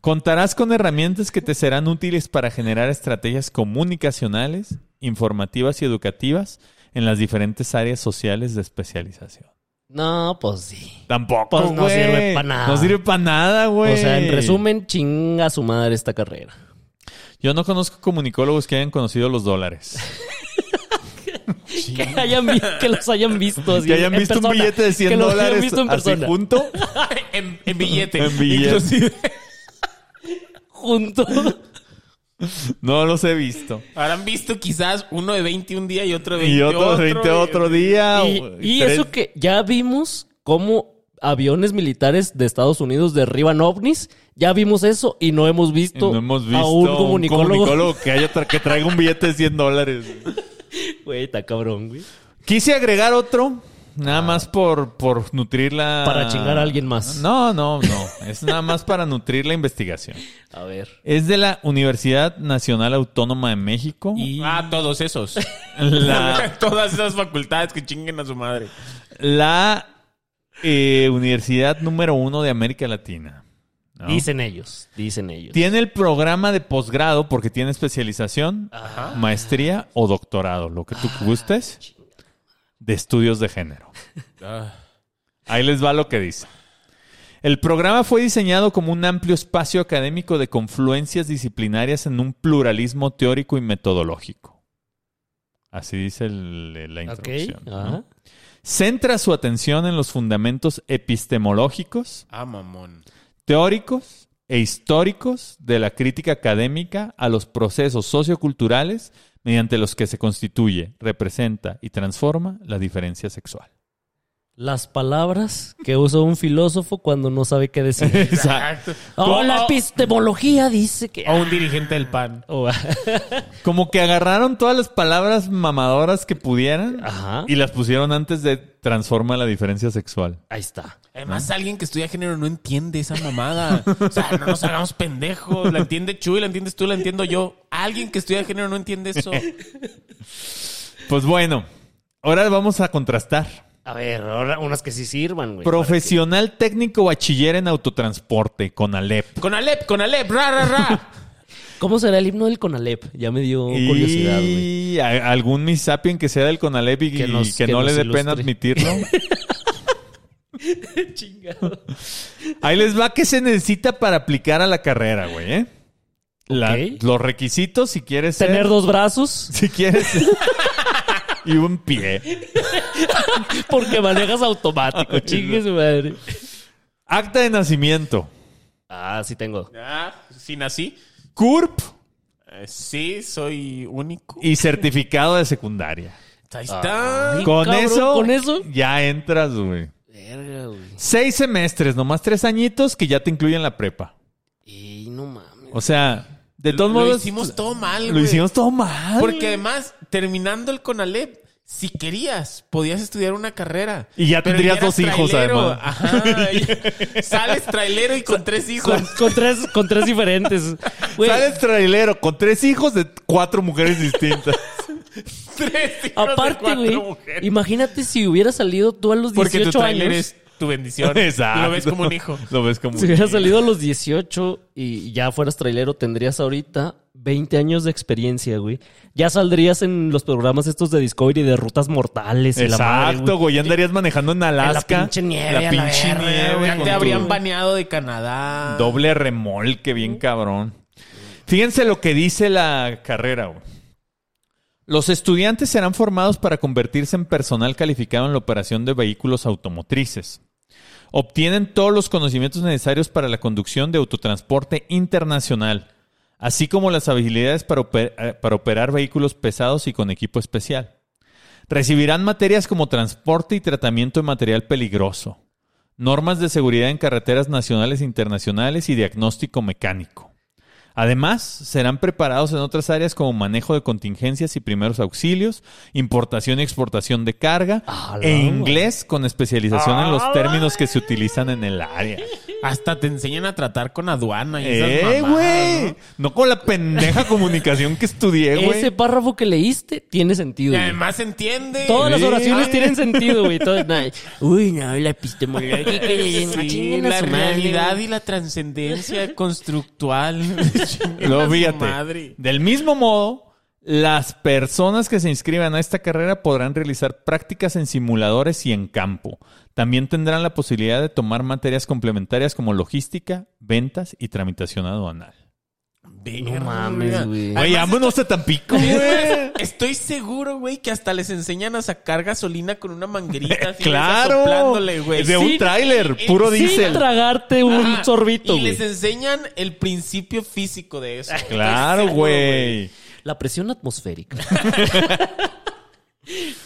Contarás con herramientas que te serán útiles para generar estrategias comunicacionales, informativas y educativas en las diferentes áreas sociales de especialización. No, pues sí. Tampoco. Pues no güey. sirve pa' nada. No sirve para nada, güey. O sea, en resumen, chinga su madre esta carrera. Yo no conozco comunicólogos que hayan conocido los dólares. que, hayan vi- que los hayan visto así que hayan Pues, en visto un persona. billete de 100 Que los hayan dólares visto en así persona. junto. en, en billete. En billete. Inclusive. junto. No los he visto. Habrán visto quizás uno de 20 un día y otro de 20 Y otros 20 otro día. y o- y Ah, tres- eso que ya vimos cómo aviones militares de Estados Unidos derriban ovnis. Ya vimos eso y no hemos visto, No hemos visto a un comunicólogo. que, haya tra- que traiga un billete de 100 dólares. Güey, está cabrón, güey. Quise agregar otro, nada más por, por nutrir la... Para chingar a alguien más. No, no, no. Es nada más para nutrir la investigación. A ver. Es de la Universidad Nacional Autónoma de México. Ah, todos esos. La, Todas esas facultades que chinguen a su madre. la eh, universidad número uno de América Latina. ¿no? Dicen ellos, dicen ellos. Tiene el programa de posgrado porque tiene especialización, maestría o Ah, Ah. doctorado, lo que tú gustes, de estudios de género. Ahí les va lo que dice. El programa fue diseñado como un amplio espacio académico de confluencias disciplinarias en un pluralismo teórico y metodológico. Así dice el- la Ok. introducción. ¿no? ajá. Centra su atención en los fundamentos epistemológicos, Ah, mamón. teóricos e históricos de la crítica académica a los procesos socioculturales mediante los que se constituye, representa y transforma la diferencia sexual. Las palabras que usa un filósofo cuando no sabe qué decir. Exacto. Oh, la O- epistemología dice que. O un dirigente del PAN. Oh, Como que agarraron todas las palabras mamadoras que pudieran Ajá. y las pusieron antes de transforma la diferencia sexual. Ahí está. Además, alguien que estudia género no entiende esa mamada. O sea, no nos hagamos pendejos. La entiende Chuy, la entiendes tú, la entiendo yo. Alguien que estudia género no entiende eso. Pues bueno, ahora vamos a contrastar. A ver, ahora unas que sí sirvan, güey. Profesional técnico bachiller en autotransporte con Alep. Con Alep, con Alep, ra, ra, ra. ¿Cómo será el himno del Conalep? Ya me dio curiosidad, güey. y a- algún misapien que sea del Conalep y y que, Que nos- que no nos le dé pena ilustre. admitirlo. Ahí les va que se necesita para aplicar a la carrera, güey. ¿eh? La- Ok. Los requisitos si quieres ser- Tener dos brazos Si quieres. y un pie. porque manejas automático. Chingue su madre. Acta de nacimiento. Ah, sí tengo. Ah, sí nací. CURP Eh, sí, soy único. y certificado de secundaria. Ahí está. Ay, Con cabrón, eso. ¿Con eso? Ya entras, güey. Verga, güey. Seis semestres, nomás tres añitos que ya te incluyen la prepa. Y no mames. O sea, de todos lo modos. hicimos todo mal, Lo güey. hicimos todo mal. Porque además, terminando el Conalep, si querías, podías estudiar una carrera. Y ya Pero tendrías eras dos hijos, trailero. además. Ajá, y- sales trailero y con tres hijos. Con, con tres, con tres diferentes. Güey, Sales trailero con tres hijos de cuatro mujeres distintas. tres hijos aparte, de cuatro güey. mujeres. Imagínate si hubieras salido tú a los 18 Porque tu trailer años. es tu bendición. Exacto. Lo ves como un hijo. Lo ves como Si un hubieras hijo. salido a los 18 y ya fueras trailero, tendrías ahorita 20 años de experiencia, güey. Ya saldrías en los programas estos de Discovery de rutas mortales. y la madre, Exacto, güey. Ya andarías manejando en Alaska. En la pinche nieve, La a la pinche verga, nieve Ya con te habrían tu baneado de Canadá. Doble remolque, bien cabrón. Fíjense lo que dice la carrera, güey. Los estudiantes serán formados para convertirse en personal calificado en la operación de vehículos automotrices. Obtienen todos los conocimientos necesarios para la conducción de autotransporte internacional, así como las habilidades para, oper- eh, para operar vehículos pesados y con equipo especial. Recibirán materias como transporte y tratamiento de material peligroso, normas de seguridad en carreteras nacionales e internacionales y diagnóstico mecánico. Además, serán preparados en otras áreas como manejo de contingencias y primeros auxilios, importación y exportación de carga Ah, la e madre. inglés con especialización en los términos que se utilizan en el área. Hasta te enseñan a tratar con aduana y esas ¡Eh, mamadas, güey! ¿no? ¿no? con la pendeja comunicación que estudié, güey. Ese párrafo que leíste tiene sentido. Y güey. además entiende. Todas las Sí. oraciones tienen sentido, güey. Todo- no, Uy, no, la epistemología. Sí, que- no, Ah, chinguen a la su madre, realidad güey. y la trascendencia constructual. Luego, fíjate, Madre. Del mismo modo, las personas que se inscriban a esta carrera podrán realizar prácticas en simuladores y en campo. También tendrán la posibilidad de tomar materias complementarias como logística, ventas y tramitación aduanal. No mames, güey. Güey, vámonos a Tampico, güey. Estoy seguro, güey, que hasta les enseñan a sacar gasolina con una manguerita. así, les va Claro. soplándole, güey. eh, De un Sí. tráiler, Y- puro Sin diésel. tragarte un Ajá. sorbito, Y güey. les enseñan el principio físico de eso. Estoy Claro, seguro, güey. La presión atmosférica.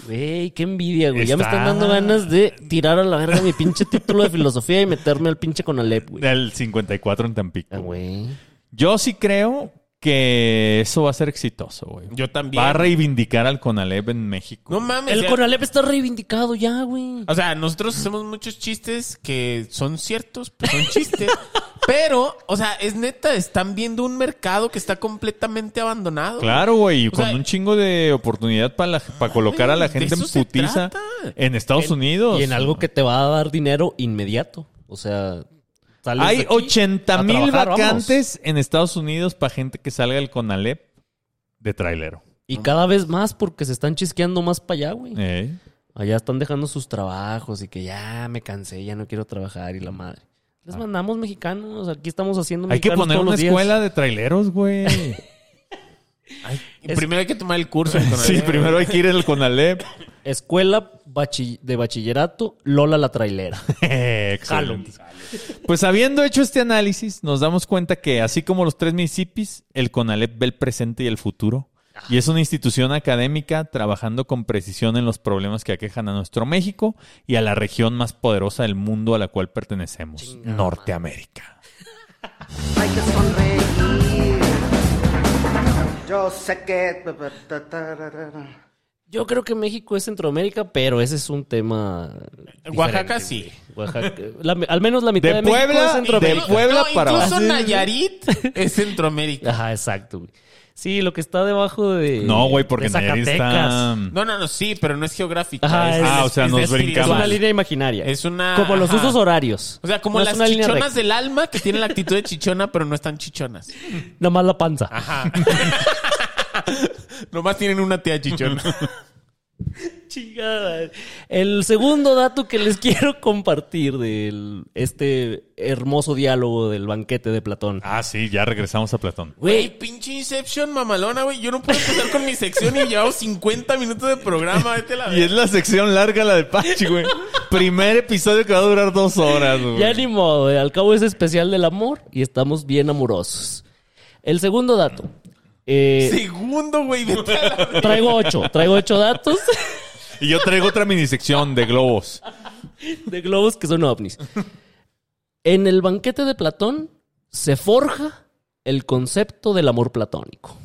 Güey, qué envidia, güey. Ya me Está- están dando ganas de tirar a la verga mi pinche título de filosofía y meterme al pinche con Alep, güey. Del 54 en Tampico. Ah, güey. Yo sí creo que eso va a ser exitoso, güey. Yo también. Va a reivindicar al Conalep en México. No mames. El ya- Conalep está reivindicado ya, güey. O sea, nosotros hacemos muchos chistes que son ciertos, pues son chistes. pero, o sea, es neta, están viendo un mercado que está completamente abandonado. Claro, güey, y O con sea, un chingo de oportunidad para la- para colocar a la mames, de gente en eso se putiza trata. en Estados Unidos. Y en algo que te va a dar dinero inmediato. O sea, sales de Hay aquí 80 a mil trabajar, vamos. vacantes en Estados Unidos para gente que salga del Conalep de trailero. Y cada vez más porque se están chisqueando más para allá, güey. Ey. Allá están dejando sus trabajos y que ya me cansé, ya no quiero trabajar y la madre. Les mandamos mexicanos, aquí estamos haciendo Ah. Hay que mexicanos poner todos una los días. escuela de traileros, güey. Y Primero hay que tomar el curso. en sí, Conalep. primero hay que ir al Conalep. Escuela bachi- de bachillerato Lola la trailera. Excelente. Pues habiendo hecho este análisis, nos damos cuenta que así como los tres municipios, el CONALEP ve el presente y el futuro. Ah. Y es una institución académica trabajando con precisión en los problemas que aquejan a nuestro México y a la región más poderosa del mundo a la cual pertenecemos, Norteamérica. Hay que sonreír. Yo sé que. Yo creo que México es Centroamérica, pero ese es un tema. Oaxaca diferente, sí. güey. Oaxaca- la- al menos la mitad De de, México Puebla es y de Centroamérica. Puebla para Incluso abajo. Nayarit es Centroamérica. Ajá, exacto, güey. Sí, lo que está debajo de. No, güey, porque de Nayarit está... Zacatecas. No, no, no, sí, pero no es geográfica. Ajá, es- es- es- Ah, o sea, es nos espiritual. Es brincamos. una línea imaginaria. Es una- Como los ajá. usos horarios. O sea, como No es las una línea chichonas recta. del alma que tienen la actitud de chichona, pero no están chichonas. Nada más la panza. Ajá. Nomás tienen una tía chichona. Chingada. El segundo dato que les quiero compartir de este hermoso diálogo del banquete de Platón. Ah, sí, ya regresamos a Platón. Güey, pinche Inception mamalona, güey. Yo no puedo empezar con mi sección y llevamos 50 minutos de programa. Vete a la Y es la sección larga la de Pachi, güey. Primer episodio que va a durar dos horas, güey. Ya ni modo, güey. al cabo es especial del amor y estamos bien amorosos. El segundo dato. Eh, Segundo, güey. Vete a la Traigo ocho, traigo ocho datos Y yo traigo otra minisección de globos. Ah, de globos que son ovnis. En el banquete de Platón se forja el concepto del amor platónico.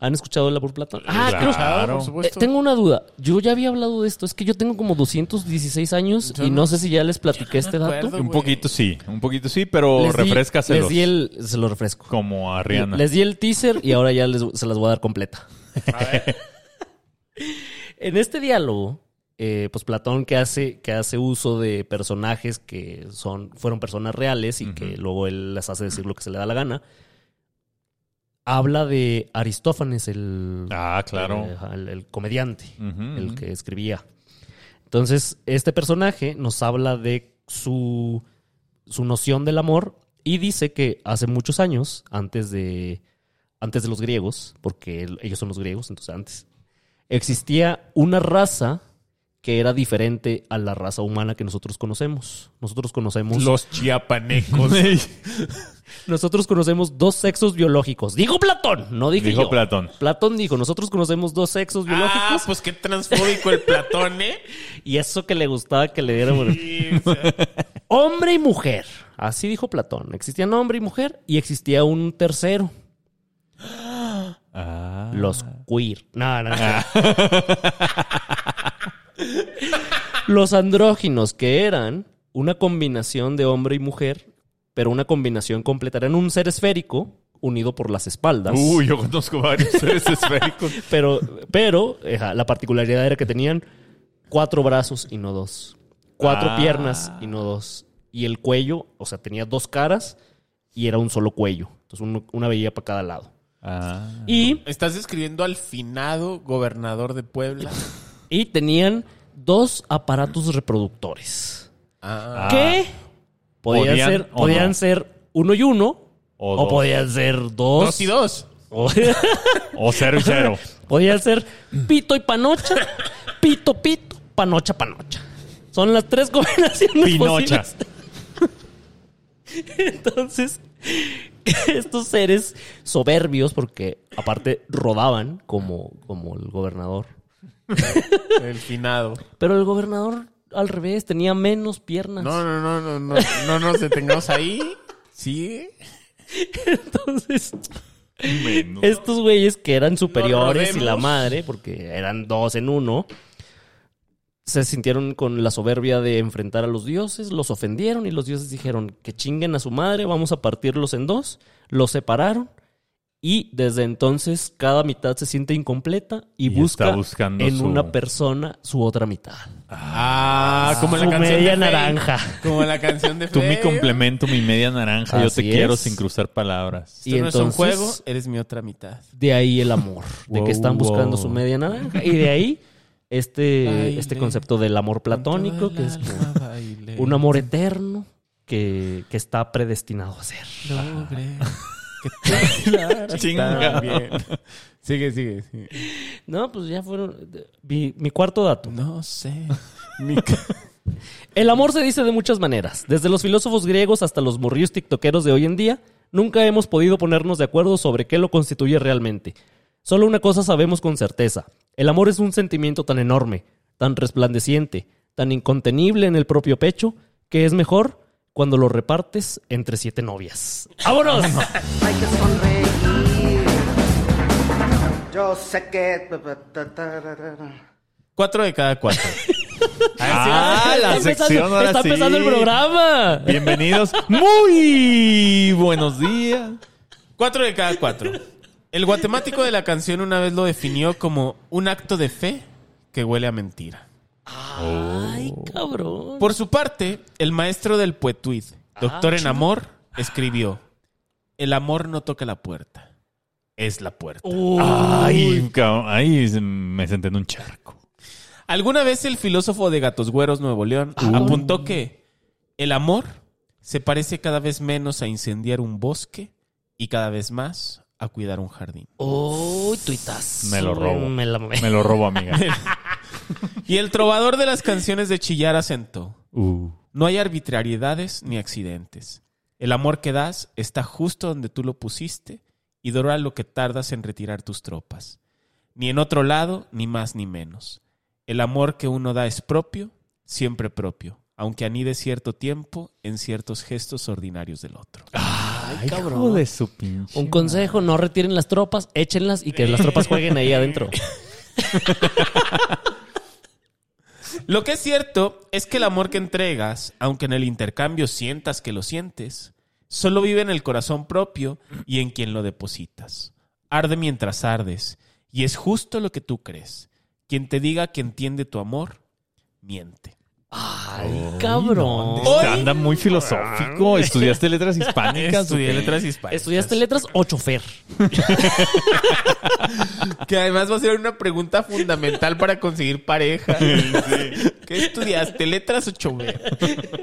¿Han escuchado el amor platónico? Ah, creo- Claro. Por Eh, supuesto. tengo una duda. Yo ya había hablado de esto. Es que yo tengo como 216 años Yo y no- no sé si ya les platiqué este dato. acuerdo, Un güey. poquito sí, un poquito sí, pero Les di- refrescaselos. les di el- se lo refresco. Como a Rihanna. Les di el teaser y ahora ya les- se las voy a dar completa. en este diálogo, eh, pues Platón que hace, que hace uso de personajes que son, fueron personas reales y que luego él les hace decir lo que se le da la gana, habla de Aristófanes, el, Ah, claro. eh, el- el comediante Ujú, el ujú. que escribía. Entonces, este personaje nos habla de su, su noción del amor y dice que hace muchos años, antes de, antes de los griegos, porque el- ellos son los griegos, entonces antes, existía una raza que era diferente a la raza humana que nosotros conocemos. Nosotros conocemos, Los chiapanecos. nosotros conocemos dos sexos biológicos. Digo Platón, no dije Dijo yo. Platón. Platón dijo, nosotros conocemos dos sexos ah, biológicos pues qué transfóbico el Platón, ¿eh? y eso que le gustaba que le dieran... Sí, o sea, hombre y mujer. Así dijo Platón. Existían hombre y mujer y existía un tercero, Ah. los queer. No, no, no. Ah. los andróginos, que eran una combinación de hombre y mujer, pero una combinación completa. Eran un ser esférico unido por las espaldas. Uy, yo conozco varios seres esféricos. Pero, pero ajá, la particularidad era que tenían cuatro brazos y no dos. Cuatro Ah. piernas y no dos. Y el cuello, o sea, tenía dos caras y era un solo cuello. Entonces uno- una veía para cada lado. Ah. Y, Estás describiendo al finado gobernador de Puebla. y tenían dos aparatos reproductores. Ah. Ah, Que podían, ¿Podían ser, o podían no? ser uno y uno. O O, dos. podían ser dos. dos y dos. O- O ah. Oh, cero y cero. podían ser pito y panocha. Pito, pito, panocha, panocha. Son las tres combinaciones Pinocha. posibles. Entonces, estos seres soberbios, porque aparte rodaban como, como el gobernador. El finado. Pero el gobernador, al revés, tenía menos piernas. No, no, no, no, no, no nos detengamos ahí. Sí. Entonces, Menos. estos güeyes que eran superiores y rodemos. la madre, porque eran dos en uno, se sintieron con la soberbia de enfrentar a los dioses, los ofendieron y los dioses dijeron que chinguen a su madre, vamos a partirlos en dos, los separaron. Y desde entonces cada mitad se siente incompleta y, Y busca está buscando en su- una persona su otra mitad. Ah, como la su canción media de Fey. naranja. Como la canción de Tú mi Fey. complemento, mi media naranja. yo te Así quiero es. sin cruzar palabras. Esto Y no es un entonces- juego, eres mi otra mitad. De ahí el amor, de Wow, que están buscando wow. su media naranja. Y de ahí este, Baile este concepto del amor platónico, Con que toda es el alma bailé. un amor eterno que, que está predestinado a ser. Ah. Logré que te hablaras Chinga. tan bien. Sigue, sigue, sigue. No, pues ya fueron. Mi, mi cuarto dato. No sé. Mi ca- El amor se dice de muchas maneras. Desde los filósofos griegos hasta los morrillos tiktokeros de hoy en día, nunca hemos podido ponernos de acuerdo sobre qué lo constituye realmente. Solo una cosa sabemos con certeza. El amor es un sentimiento tan enorme, tan resplandeciente, tan incontenible en el propio pecho, que es mejor cuando lo repartes entre siete novias. ¡Vámonos! Ah, Hay que sonreír. Yo sé que. Cuatro de cada cuatro. Ah, Está la empezando- sección ahora Está sí. empezando el programa. Bienvenidos. Muy buenos días. Cuatro de cada cuatro. El guatemático de la canción una vez lo definió como un acto de fe que huele a mentira. Ay, cabrón. Por su parte, el maestro del Puetuit, doctor Ah, en amor, escribió: El amor no toca la puerta, es la puerta. Uy. Ay, cabrón. Ay, se- me senté en un charco. Alguna vez el filósofo de Gatos Güeros, Nuevo León, apuntó que el amor se parece cada vez menos a incendiar un bosque y cada vez más a cuidar un jardín. Uy, tuitas. Me lo robo. Me la mamé. Me lo robo, amiga. Y el trovador de las canciones de Chillar asentó: Uh. No hay arbitrariedades ni accidentes. El amor que das está justo donde tú lo pusiste y dura lo que tardas en retirar tus tropas. Ni en otro lado, ni más ni menos. El amor que uno da es propio, siempre propio, aunque anide cierto tiempo en ciertos gestos ordinarios del otro. Ay, Hijo de su pinche. Un consejo, no retiren las tropas, échenlas y que las tropas jueguen ahí adentro. Lo que es cierto es que el amor que entregas, aunque en el intercambio sientas que lo sientes, solo vive en el corazón propio y en quien lo depositas. Arde mientras ardes, y es justo lo que tú crees. Quien te diga que entiende tu amor, miente. Oh, Ay, cabrón. Hoy- Anda muy filosófico. Estudiaste letras hispánicas. Estudié ¿o qué? letras hispánicas. Estudiaste letras o chofer. Que además va a ser una pregunta fundamental para conseguir pareja. ¿Qué estudiaste? Letras 8B.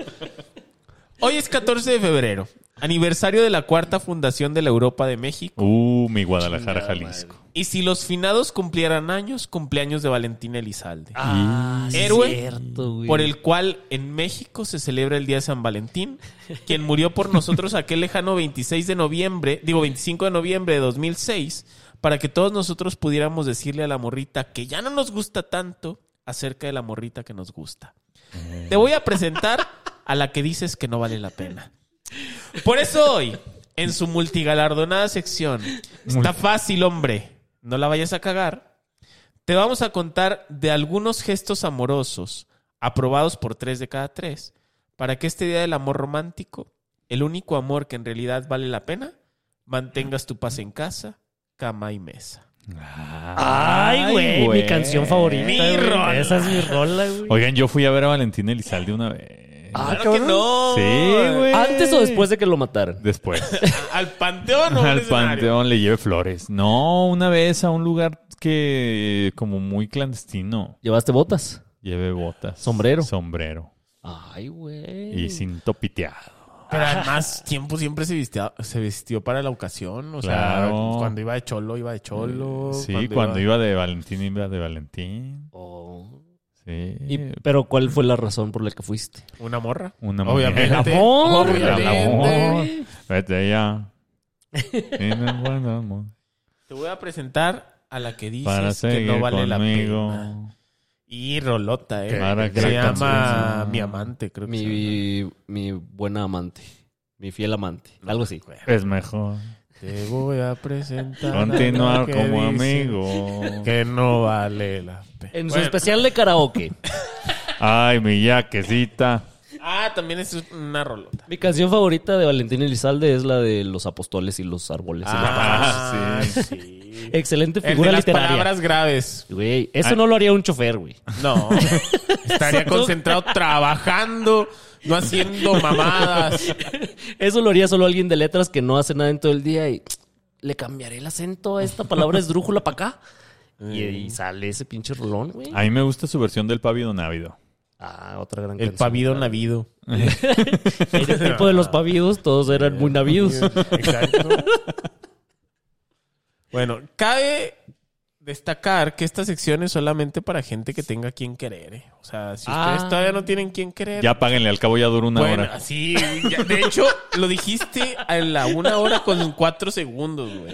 Hoy es 14 de febrero, aniversario de la cuarta fundación de la Europa de México. Uh, mi Guadalajara, Jalisco. Y si los finados cumplieran años, cumpleaños de Valentín Elizalde. Ah, sí, Héroe cierto, güey. Por el cual en México se celebra el Día de San Valentín, quien murió por nosotros aquel lejano 26 de noviembre, digo 25 de noviembre de 2006, para que todos nosotros pudiéramos decirle a la morrita que ya no nos gusta tanto acerca de la morrita que nos gusta. Te voy a presentar a la que dices que no vale la pena. Por eso hoy, en su multigalardonada sección, está fácil, hombre, no la vayas a cagar. Te vamos a contar de algunos gestos amorosos aprobados por tres de cada tres para que este día del amor romántico, el único amor que en realidad vale la pena, mantengas tu paz en casa, cama y mesa. Ay, güey, mi canción favorita. Mi güey. rola. Esa es mi rola, güey. Oigan, yo fui a ver a Valentín Elizalde una vez. Ah, Claro que cabrón. no. sí, güey. ¿Antes o después de que lo mataran? Después. Al panteón, o al Al escenario? panteón le llevé flores. No, una vez a un lugar que como muy clandestino. ¿Llevaste botas? Llevé botas. Sombrero. Sombrero. Ay, güey. Y cinto piteado. Pero además, tiempo siempre se vistió, se vistió para la ocasión. O sea, Claro. cuando iba de cholo, iba de cholo. Sí, cuando, iba... de Valentín, iba de Valentín. Oh. Sí. Eh. Y- pero ¿cuál fue la razón por la que fuiste? Una morra. Una Obviamente. mujer. El amor, El Obviamente. amor. Vete ya. Dime buen amor Te voy a presentar a la que dices Para que seguir no vale la pena. conmigo. Y Rolota, ¿eh? Para se que- llama canción. Mi Amante, creo que se llama. Mi, mi buena amante. Mi fiel amante. Algo así. Es mejor Te voy a presentar. a la continuar que como dice amigo. Que no vale la pena. En su Bueno. especial de karaoke. Ay, mi yaquecita. Ah, también es una Rolota. Mi canción favorita de Valentín Elizalde es la de los apóstoles y los árboles. y las palmas. Ah, sí. Excelente El de figura las literaria. palabras Ah. graves. Güey, eso no lo haría un chofer, güey. No. Estaría concentrado trabajando, no haciendo mamadas. Eso lo haría solo alguien de letras que no hace nada en todo el día y le cambiaré el acento a esta palabra esdrújula para acá Y, Eh. y sale ese pinche rolón, güey. Ah. A mí me gusta su versión del pavido návido. Ah, otra gran El canción. pavido Claro. navido. En el tiempo de los pavidos, todos eran muy navidos. Exacto. bueno, cabe destacar que esta sección es solamente para gente que tenga quien querer. eh. O sea, si ustedes Ah. todavía no tienen quien querer. Ya páguenle, al cabo ya duró una bueno, hora. así. ya- de hecho, lo dijiste a la una hora con cuatro segundos, güey.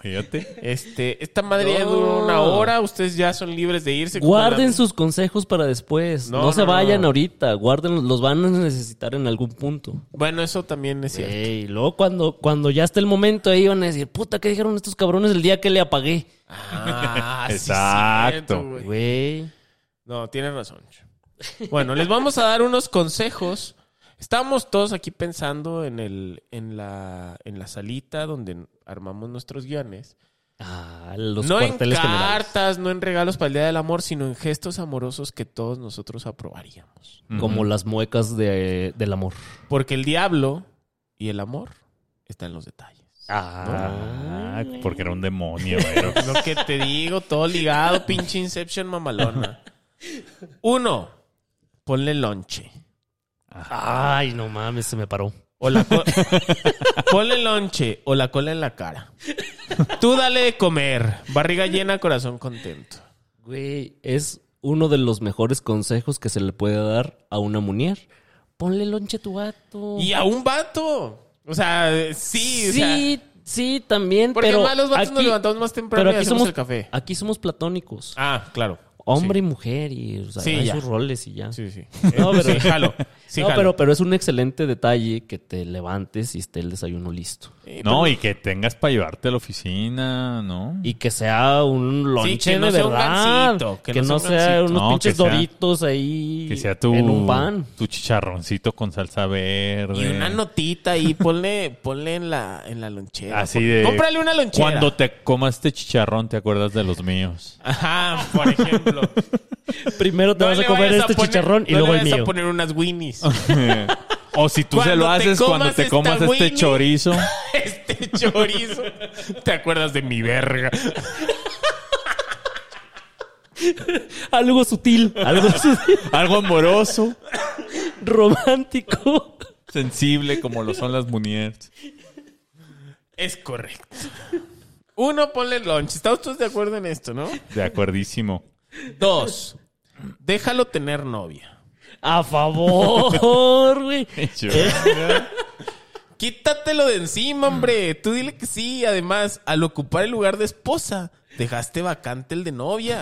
Fíjate. Este, esta madre ya No. duró una hora. Ustedes ya son libres de irse. como Guarden la- sus consejos para después. No, No, no, se no. vayan ahorita. Guárdenlos. Los van a necesitar en algún punto. Bueno, eso también es Eh. cierto. Ey, luego cuando, cuando ya está el momento, ahí van a decir, puta, ¿qué dijeron estos cabrones el día que le apagué? Ah, sí, Exacto. cierto, güey. Güey. No, tienes razón. Cho. Bueno, les vamos a dar unos consejos. Estábamos todos aquí pensando en, el, en, la, en la salita donde armamos nuestros guiones. Ah, los no en cuarteles generales. cartas, no en regalos para el Día del Amor, sino en gestos amorosos que todos nosotros aprobaríamos. Como las muecas de, del amor. Porque el diablo y el amor están en los detalles. Ah. Ah, porque era un demonio, güey. Lo que te digo, todo ligado, pinche Inception mamalona. Uno, ponle lonche. Ay, no mames, se me paró. O la co- Ponle lonche o la cola en la cara. Tú dale de comer. Barriga llena, corazón contento. Güey, es uno de los mejores consejos que se le puede dar a una munier. Ponle lonche a tu gato. Y a un vato. O sea, sí, o sea, sí, sí, también, porque pero más los vatos nos aquí- levantamos más temprano pero y aquí hacemos somos, el café. aquí somos platónicos. Ah, claro. Hombre y mujer y o sea, Sí, hay ya. sus roles y ya. Sí, sí. Eh, No, pero- Sí, jalo. Sí, no, jalo. pero, pero es un excelente detalle que te levantes y esté el desayuno listo. Sí, pero- No, y que tengas para llevarte a la oficina, ¿no? Y que sea un lonche que no de sea un verdad. gansito, que, no sea gansito. unos No, pinches que sea- doritos ahí que sea tu, en un pan. tu chicharroncito con salsa verde. pues, Y una notita ahí, ponle, ponle en la, en la lonchera. Así de- Cómprale una lonchera. Cuando te comas este chicharrón, te acuerdas de los míos. Ajá, por ejemplo. Primero te No vas a le comer vayas este poner- chicharrón y no le luego el vayas a mío. poner unas Winnies. o si tú se Cuando lo te haces cuando comas te esta comas este Winnie. chorizo. Este chorizo. ¿Te acuerdas de mi verga? Algo sutil, algo sutil, Algo amoroso, romántico. sensible, como lo son las muñecas. Es correcto. Uno, ponle lunch. ¿Están todos de acuerdo en esto, no? De acuerdísimo. Dos, déjalo tener novia. A favor, güey. Eh, Quítatelo de encima, hombre. Tú dile que sí. Además, al ocupar el lugar de esposa, dejaste vacante el de novia.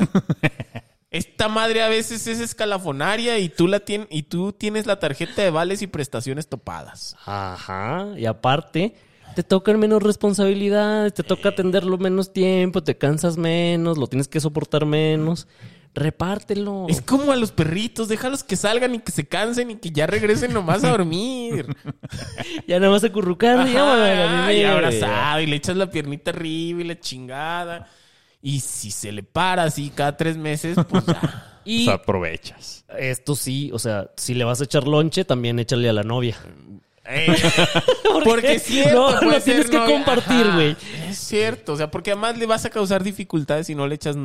Esta madre a veces es escalafonaria y tú, la tien- y tú tienes la tarjeta de vales y prestaciones topadas. Ajá, y aparte, te tocan menos responsabilidades, te toca atenderlo menos tiempo, te cansas menos, lo tienes que soportar menos. Repártelo. Es como a los perritos, déjalos que salgan y que se cansen y que ya regresen nomás a dormir. Ya nada más acurrucar y vámonos a la Ajá, y mierda. abrazado y le echas la piernita arriba y la chingada. Y si se le para así cada tres meses, pues ya. Y aprovechas. esto sí, o sea, si le vas a echar lonche, también échale a la novia. Eh, porque es cierto. No, puede lo tienes ser que novia. compartir, Ajá, güey. Es cierto, o sea, porque además le vas a causar dificultades si no le echas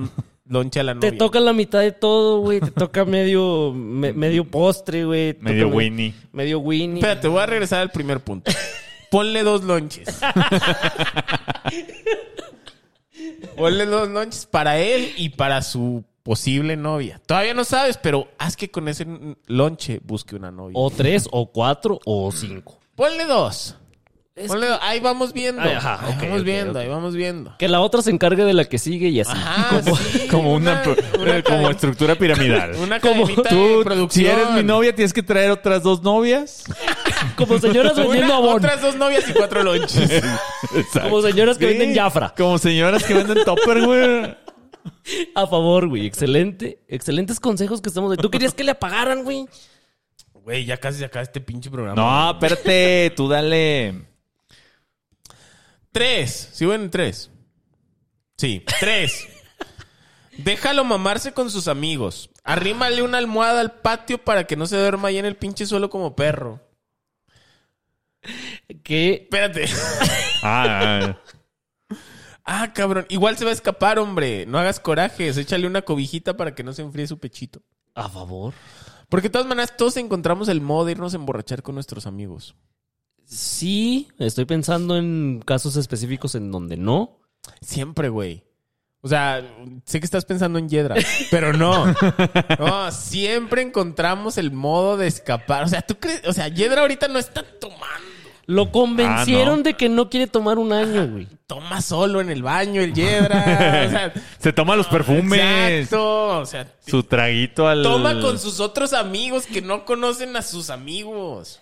lonche a la novia. Te toca la mitad de todo, güey. Te toca medio, me- medio postre, güey. Te Medio toca me- Winnie. Medio Winnie. Espérate, voy a regresar al primer punto. Ponle dos lonches. Ponle dos lonches para él y para su posible novia. Todavía no sabes, pero haz que con ese lonche busque una novia. O tres, o cuatro, o cinco. Ponle dos. Ponle dos. Ahí vamos viendo. Ay, ajá, ahí ok, vamos ok, viendo, ok. ahí vamos viendo. Que la otra se encargue de la que sigue y así. Ajá, Como, sí, como una, eh, una como cadena- estructura piramidal. una como cadenita de Tú, producción. si eres mi novia, tienes que traer otras dos novias. Como señoras Una- vendiendo abón. otras dos novias y cuatro lonches. Exacto. Como señoras que Sí, venden Jafra. Como señoras que venden topper, güey. A favor, güey. Excelente. Excelentes consejos que estamos de. Tú querías que le apagaran, güey. Güey, ya casi se acaba este pinche programa. No, espérate, tú dale. Tres. ¿Sí ven? Tres. Sí. Tres. Déjalo mamarse con sus amigos. Arrímale una almohada al patio para que no se duerma ahí en el pinche suelo como perro. Que Espérate. Ah, ah, Ah, cabrón. Igual se va a escapar, hombre. No hagas corajes. Échale una cobijita para que no se enfríe su pechito. A favor. Porque de todas maneras, todos encontramos el modo de irnos a emborrachar con nuestros amigos. Sí, estoy pensando en casos específicos en donde no. Siempre, güey. O sea, sé que estás pensando en Yedra, pero no. No, siempre encontramos el modo de escapar. O sea, tú crees, o sea, Yedra ahorita no está tomando. Lo convencieron Ah, no. de que no quiere tomar un año, güey. Toma solo en el baño el Yedra. O sea, ah. Se toma los perfumes. Ah. exacto. O sea, Su traguito al. toma con sus otros amigos que no conocen a sus amigos.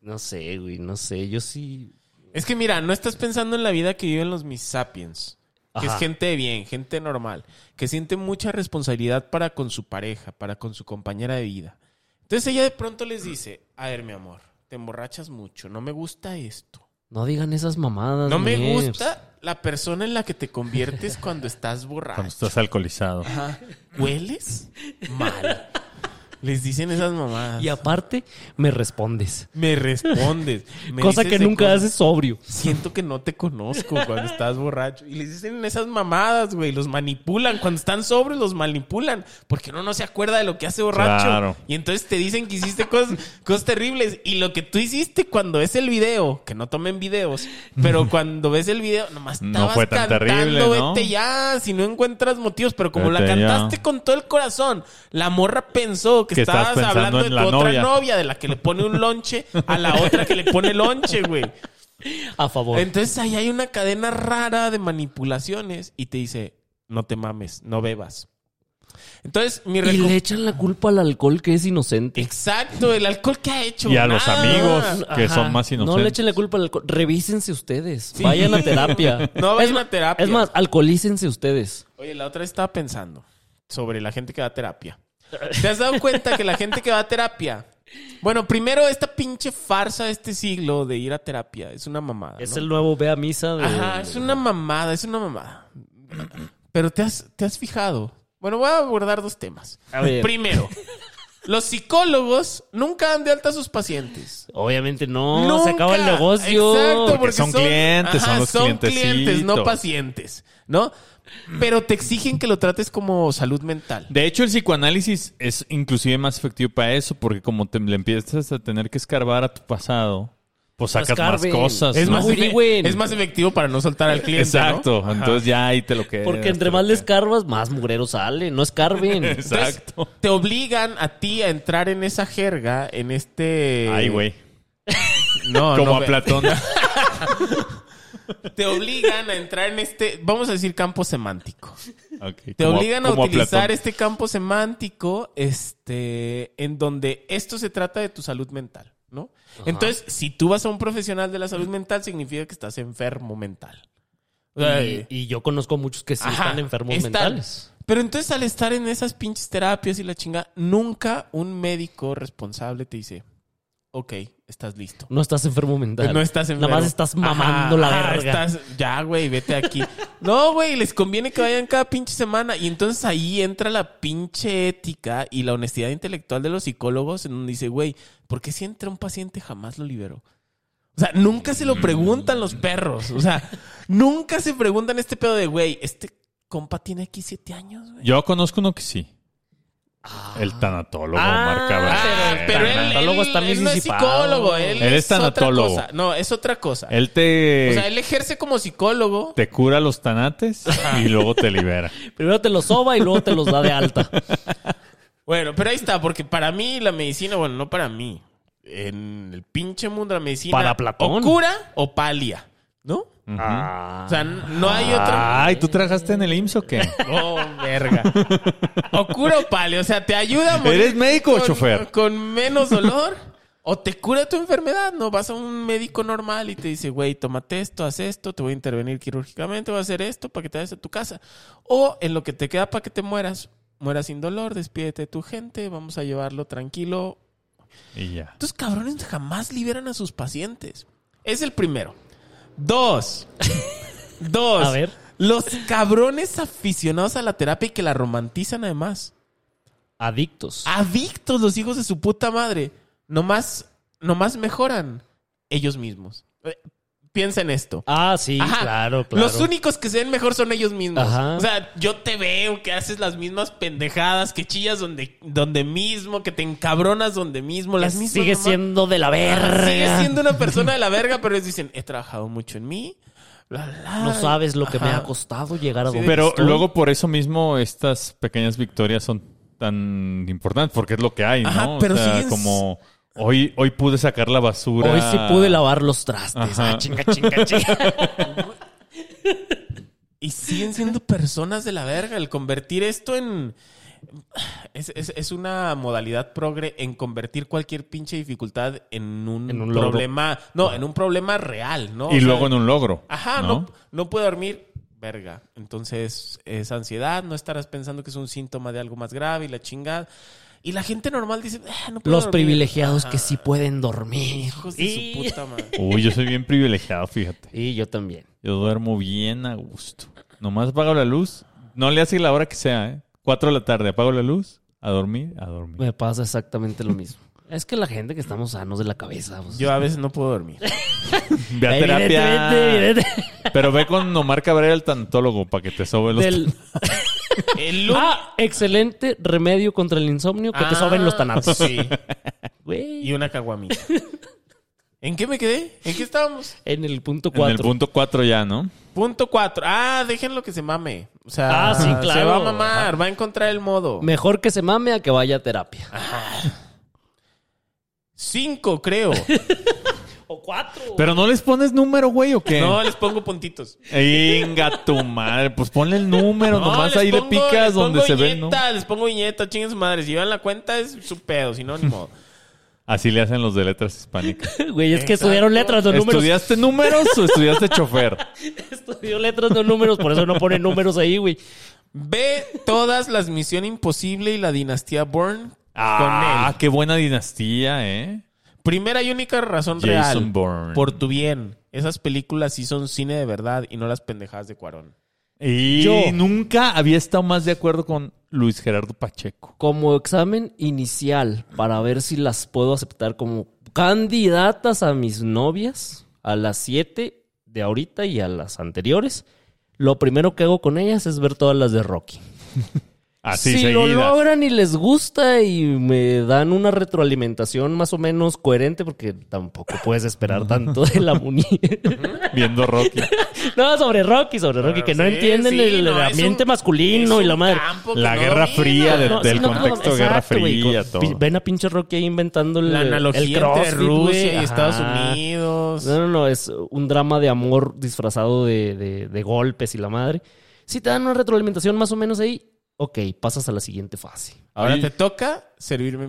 No sé, güey, no sé. Yo sí. Es que mira, no estás pensando en la vida que viven los mis sapiens. Que Ajá. es gente de bien, gente normal, que siente mucha responsabilidad para con su pareja, para con su compañera de vida. Entonces ella de pronto les dice, a ver mi amor, te emborrachas mucho, no me gusta esto. No digan esas mamadas. No me Mers. gusta la persona en la que te conviertes cuando estás Cuando borracho. estás alcoholizado. Ajá. Hueles mal. Les dicen esas mamadas. Y aparte, me respondes. me respondes. me cosa que dices de nunca cosas- haces sobrio. Siento que no te conozco cuando estás borracho. Y les dicen esas mamadas, güey. Los manipulan. Cuando están sobrios, los manipulan. Porque uno no se acuerda de lo que hace borracho. Claro. Y entonces te dicen que hiciste cosas, cosas terribles. Y lo que tú hiciste cuando es el video, que no tomen videos, pero cuando ves el video, nomás No estabas fue tan cantando, terrible, ¿no? vete ya, si no encuentras motivos. Pero como la Vete ya. cantaste con todo el corazón, la morra pensó que, Que estabas estabas pensando hablando en de la tu otra novia. novia, de la que le pone un lonche a la otra que le pone lonche, güey. A favor. Entonces ahí hay una cadena rara de manipulaciones y te dice, no te mames, no bebas. Entonces, mi Y reco- le echan la culpa al alcohol que es inocente. Exacto, el alcohol que ha hecho. Y a los nada. amigos. Ah, Que son más No le inocentes. echen la culpa al alcohol. Revísense ustedes. Vayan a terapia. No vayan Es ma- a terapia. Es más, alcoholícense ustedes. Oye, la otra vez estaba pensando sobre la gente que va a terapia. ¿Te has dado cuenta que la gente que va a terapia... Bueno, primero esta pinche farsa de este siglo de ir a terapia es una mamada. Es Ah, ¿no? el nuevo ve a misa de. Ajá, es una mamada, es una mamada. Pero te has, te has fijado. Bueno, voy a abordar dos temas. A ver. Primero, los psicólogos nunca dan de alta a sus pacientes. Obviamente no. Nunca. Se acaba el negocio. Exacto, porque, Porque son clientes, son los clientes, no clientecitos. pacientes, ¿no? Pero te exigen que lo trates como salud mental. De hecho, el psicoanálisis es inclusive más efectivo para eso, porque como te le empiezas a tener que escarbar a tu pasado, pues Más sacas más carben. cosas. Es, No, ¿no? más, efe- güey. es más efectivo para no soltar al cliente. ¿no? Exacto. Entonces ya ahí te lo quedas. Porque entre más les carbas, más murero sale. No es carben. Entonces, Exacto. te obligan a ti a entrar en esa jerga, en este. Ay, güey. No, Como no, a ve- Platón. Te obligan a entrar en este, vamos a decir, campo semántico. Ok, Te como obligan a, como utilizar Platón. este campo semántico, este, en donde esto se trata de tu salud mental, ¿no? Entonces, si tú vas a un profesional de la salud mental, significa que estás enfermo mental. O sea, Y, y yo conozco muchos que sí Ajá, están enfermos están. mentales. Pero entonces al estar en esas pinches terapias y la chinga, nunca un médico responsable te dice, ok, estás listo. No estás enfermo mental. Pues No estás enfermo. Nada más estás mamando Ajá, la ajá, verga. estás- ya, güey, vete de aquí. No, güey, les conviene que vayan cada pinche semana. Y entonces ahí entra la pinche ética y la honestidad intelectual de los psicólogos en donde dice, güey, ¿por qué si entra un paciente jamás lo libero? O sea, nunca se Mm. lo preguntan los perros. O sea, nunca se preguntan este pedo de, güey, este compa tiene aquí siete años, güey. Yo conozco uno que sí. El tanatólogo, Ah, Omar Cabrera. Ah, pero él, tanatólogo él- está bien él no es disipado. psicólogo, él, Él es es, otra tanatólogo. cosa. No, es otra cosa. Él te, Eh, o sea, él ejerce como psicólogo. te cura los tanates y luego te libera. Primero te los soba y luego te los da de alta. Bueno, pero ahí está, porque para mí la medicina, bueno, no para mí. En el pinche mundo la medicina. Para Platón. O cura o palia, ¿no? O sea, n- no hay otra. Ay, ¿tú trabajaste en el IMSS o qué? Oh, verga. O cura o palia. O sea, te ayuda a morir. ¿Eres médico o con- chofer? Con menos dolor. O te cura tu enfermedad, ¿no? Vas a un médico normal y te dice, güey, tómate esto, haz esto, te voy a intervenir quirúrgicamente, voy a hacer esto para que te vayas a tu casa. O en lo que te queda para que te mueras, mueras sin dolor, despídete de tu gente, vamos a llevarlo tranquilo, Y ya. estos cabrones jamás liberan a sus pacientes. Es el primero. Dos. Dos. A ver. Los cabrones aficionados a la terapia y que la romantizan además. Ah. Adictos. Adictos los hijos de su puta madre. Nomás, nomás mejoran ellos mismos. Eh, piensa en esto. Ah, sí, Ajá. claro, claro. Los únicos que se ven mejor son ellos mismos. Ajá. O sea, yo te veo que haces las mismas pendejadas, que chillas donde, donde mismo, que te encabronas donde mismo, las mismas. Sigue mamadas. siendo de la verga. Sigue siendo una persona de la verga, pero ellos dicen, he trabajado mucho en mí. bla, bla, bla". No sabes lo que me Ajá. ha costado llegar a donde Pero estoy. luego por eso mismo estas pequeñas victorias son tan importantes porque es lo que hay, ¿no? Ajá, O pero sea, siguen- como hoy, hoy pude sacar la basura. Hoy sí pude lavar los trastes. Ajá. Ah, chinga, chinga, chinga. Y siguen siendo personas de la verga. El convertir esto en. Es, es- es una modalidad progre en convertir cualquier pinche dificultad en un, En un logro. problema. No, en un problema real, ¿no? Y O sea, luego en un logro. Ajá, ¿no? ¿no? No, puedo dormir. Verga. Entonces es ansiedad, no estarás pensando que es un síntoma de algo más grave y la chingada. Y la gente normal dice, "Ah, no puedo Los dormir". privilegiados Ajá. que sí pueden dormir. Hijos de y... su puta madre. Uy, yo soy bien privilegiado, fíjate. Y yo también. Yo duermo bien a gusto. Nomás apago la luz. No le hace la hora que sea, ¿eh? Cuatro de la tarde, apago la luz, a dormir, a dormir. Me pasa exactamente lo mismo. Es que la gente que estamos sanos de la cabeza. pues- Yo a veces no puedo dormir. Ve a terapia. Evidente, evidente. Pero ve con Omar Cabrera, el tantólogo, para que te sobe los... Del- El lunes. Ah, excelente remedio contra el insomnio que te soben Ah. los tanatos. Sí. Güey. Y una caguamita. ¿En qué me quedé? ¿En qué estábamos? En el punto En el 4. punto cuatro ya, ¿no? Punto cuatro. Ah, déjenlo que se mame. O sea, Ah, sí, se claro. va a mamar, va a encontrar el modo. Mejor que se mame a que vaya a terapia. Ah. Cinco, creo. O cuatro. Pero no les pones número, güey, ¿o qué? No, les pongo puntitos. Inga tu madre, pues ponle el número, nomás les ahí pongo- le picas les donde pongo se ve, ¿no? viñeta, Les pongo viñeta, chinguen su madre. Si llevan la cuenta es su pedo, si no, ni modo. Así le hacen los de letras hispánicas. Güey, es que estudiaron letras, no números. ¿Estudiaste números o estudiaste chofer? Estudió letras, no números. Por eso no pone números ahí, güey. Ve todas las Misión Imposible y la Dinastía Bourne Ah, con él. qué buena dinastía, ¿eh? Primera y única razón Jason real. Bourne. Por tu bien. Esas películas sí son cine de verdad y no las pendejadas de Cuarón. Y Yo. nunca había estado más de acuerdo con Luis Gerardo Pacheco. Como examen inicial para ver si las puedo aceptar como candidatas a mis novias a las 7 de ahorita y a las anteriores. Lo primero que hago con ellas es ver todas las de Rocky. Así si seguidas. lo logran y les gusta y me dan una retroalimentación más o menos coherente, porque tampoco puedes esperar tanto de la muñeca. Viendo Rocky. no, sobre Rocky, sobre Rocky, que no sí, entienden sí, el no, es ambiente un- masculino Es y la un madre. campo que La no Guerra domina. Fría del, No, del sí, no, no, contexto de Guerra exacto, güey, Fría, con- todo. Ven a pinche Rocky ahí inventando el, La analogía el crossfit, entre Rusia güey. y Estados pues, Ajá. Unidos. No, no, no, es un drama de amor disfrazado de, de- de golpes y la madre. Si te dan una retroalimentación más o menos ahí, ok, pasas a la siguiente fase. Ahora Oye. te toca servirme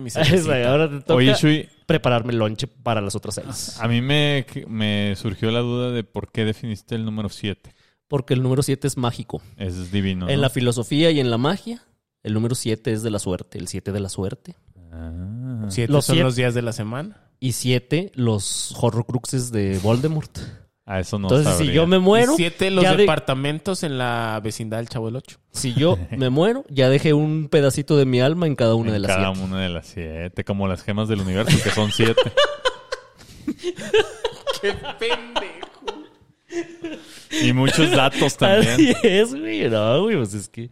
mis Ahora te toca Oye, Shui, prepararme el lonche para las otras seis. a mí me, me surgió la duda de por qué definiste el número 7. Porque el número siete es mágico. Es divino. En ¿no? la filosofía y en la magia, el número siete es de la suerte. El siete de la suerte. Ah. Siete Los son siete- los días de la semana. Y siete, los horrocruxes de Voldemort. Ah, eso no Entonces, si sabría. yo me muero... Y siete los ya de- departamentos en la vecindad del Chavo del Ocho. Si yo me muero, ya dejé un pedacito de mi alma en cada una En de las cada siete. una de las siete, como las gemas del universo, que son siete. ¡Qué pendejo! y muchos datos Así también. es, güey. No, güey, pues es que...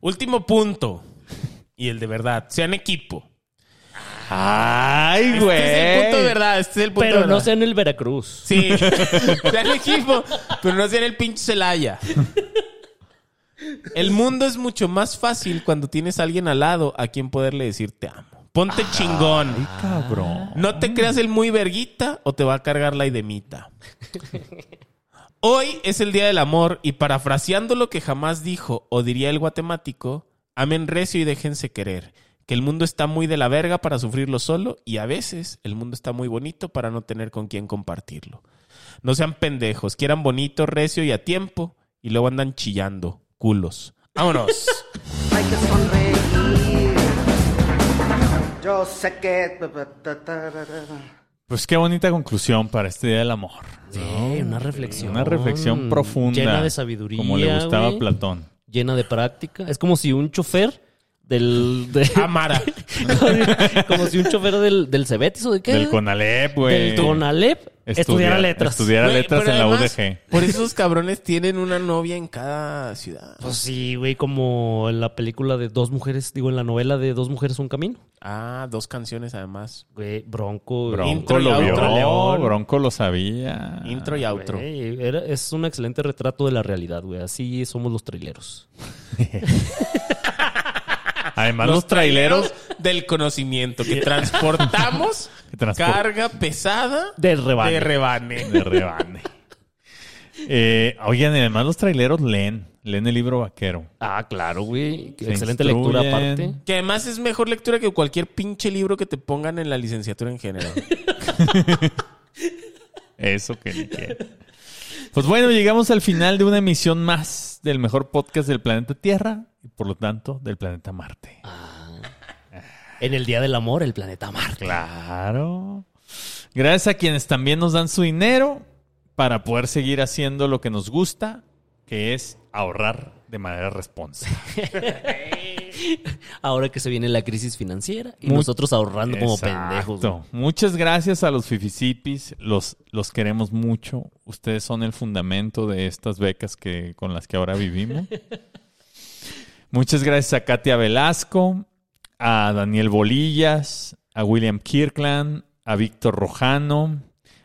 Último punto. Y el de verdad. Sean equipo. ¡Ay, Este es el punto de verdad. Este es el Pues punto de Pero verdad. no sea en el Veracruz. Sí. sean equipo. Pero no sean el pinche Celaya. El mundo es mucho más fácil cuando tienes a alguien al lado a quien poderle decir te amo. Ponte chingón. Ah, Cabrón. No te creas el muy verguita o te va a cargar la idemita. Hoy es el día del amor y parafraseando lo que jamás dijo o diría el guatemático, amen recio y déjense querer. Que el mundo está muy de la verga para sufrirlo solo y a veces el mundo está muy bonito para no tener con quién compartirlo. No sean pendejos, quieran bonito, recio y a tiempo y luego andan chillando, culos. Vámonos. Hay que sonreír. Yo sé que. Pues qué bonita conclusión para este Día del Amor. Sí, una reflexión. Una reflexión profunda. Llena de sabiduría, Como le gustaba güey. a Platón. Llena de práctica. Es como si un chofer del... de- Ah, Amara. como si un chofer del, del Cebetis o de qué? Del Conalep, güey. Del Conalep Estudiara letras. Estudiara Güey, letras pero en la además, UDG. Por eso esos cabrones tienen una novia en cada ciudad. Pues sí, güey, como en la película de Dos Mujeres, digo, en la novela de Dos Mujeres un Camino. Ah, dos canciones además. Güey, Bronco. Bronco Intro y lo vio. outro, León. Bronco lo sabía. Intro y outro. Güey, era- es un excelente retrato de la realidad, güey. Así somos los traileros. Además, los, traileros. del conocimiento que transportamos Que transpor- carga pesada Del rebane. de rebane. de rebane. Eh, oigan, y además los traileros leen. Leen el libro vaquero. Ah, claro, güey. Se Excelente lectura instruyen. aparte. Que además es mejor lectura que cualquier pinche libro que te pongan en la licenciatura en general. Eso que ni qué. Pues bueno, llegamos al final de una emisión más del mejor podcast del planeta Tierra y por lo tanto del planeta Marte. Ah. En el Día del Amor, el planeta Marte. Claro. Gracias a quienes también nos dan su dinero para poder seguir haciendo lo que nos gusta, que es ahorrar de manera responsable. Ahora que se viene la crisis financiera y Muy- nosotros ahorrando como Exacto. pendejos. güey. Muchas gracias a los Fifisipis, los, los queremos mucho. Ustedes son el fundamento de estas becas que, con las que ahora vivimos. Muchas gracias a Katia Velasco, a Daniel Bolillas, a William Kirkland, a Víctor Rojano,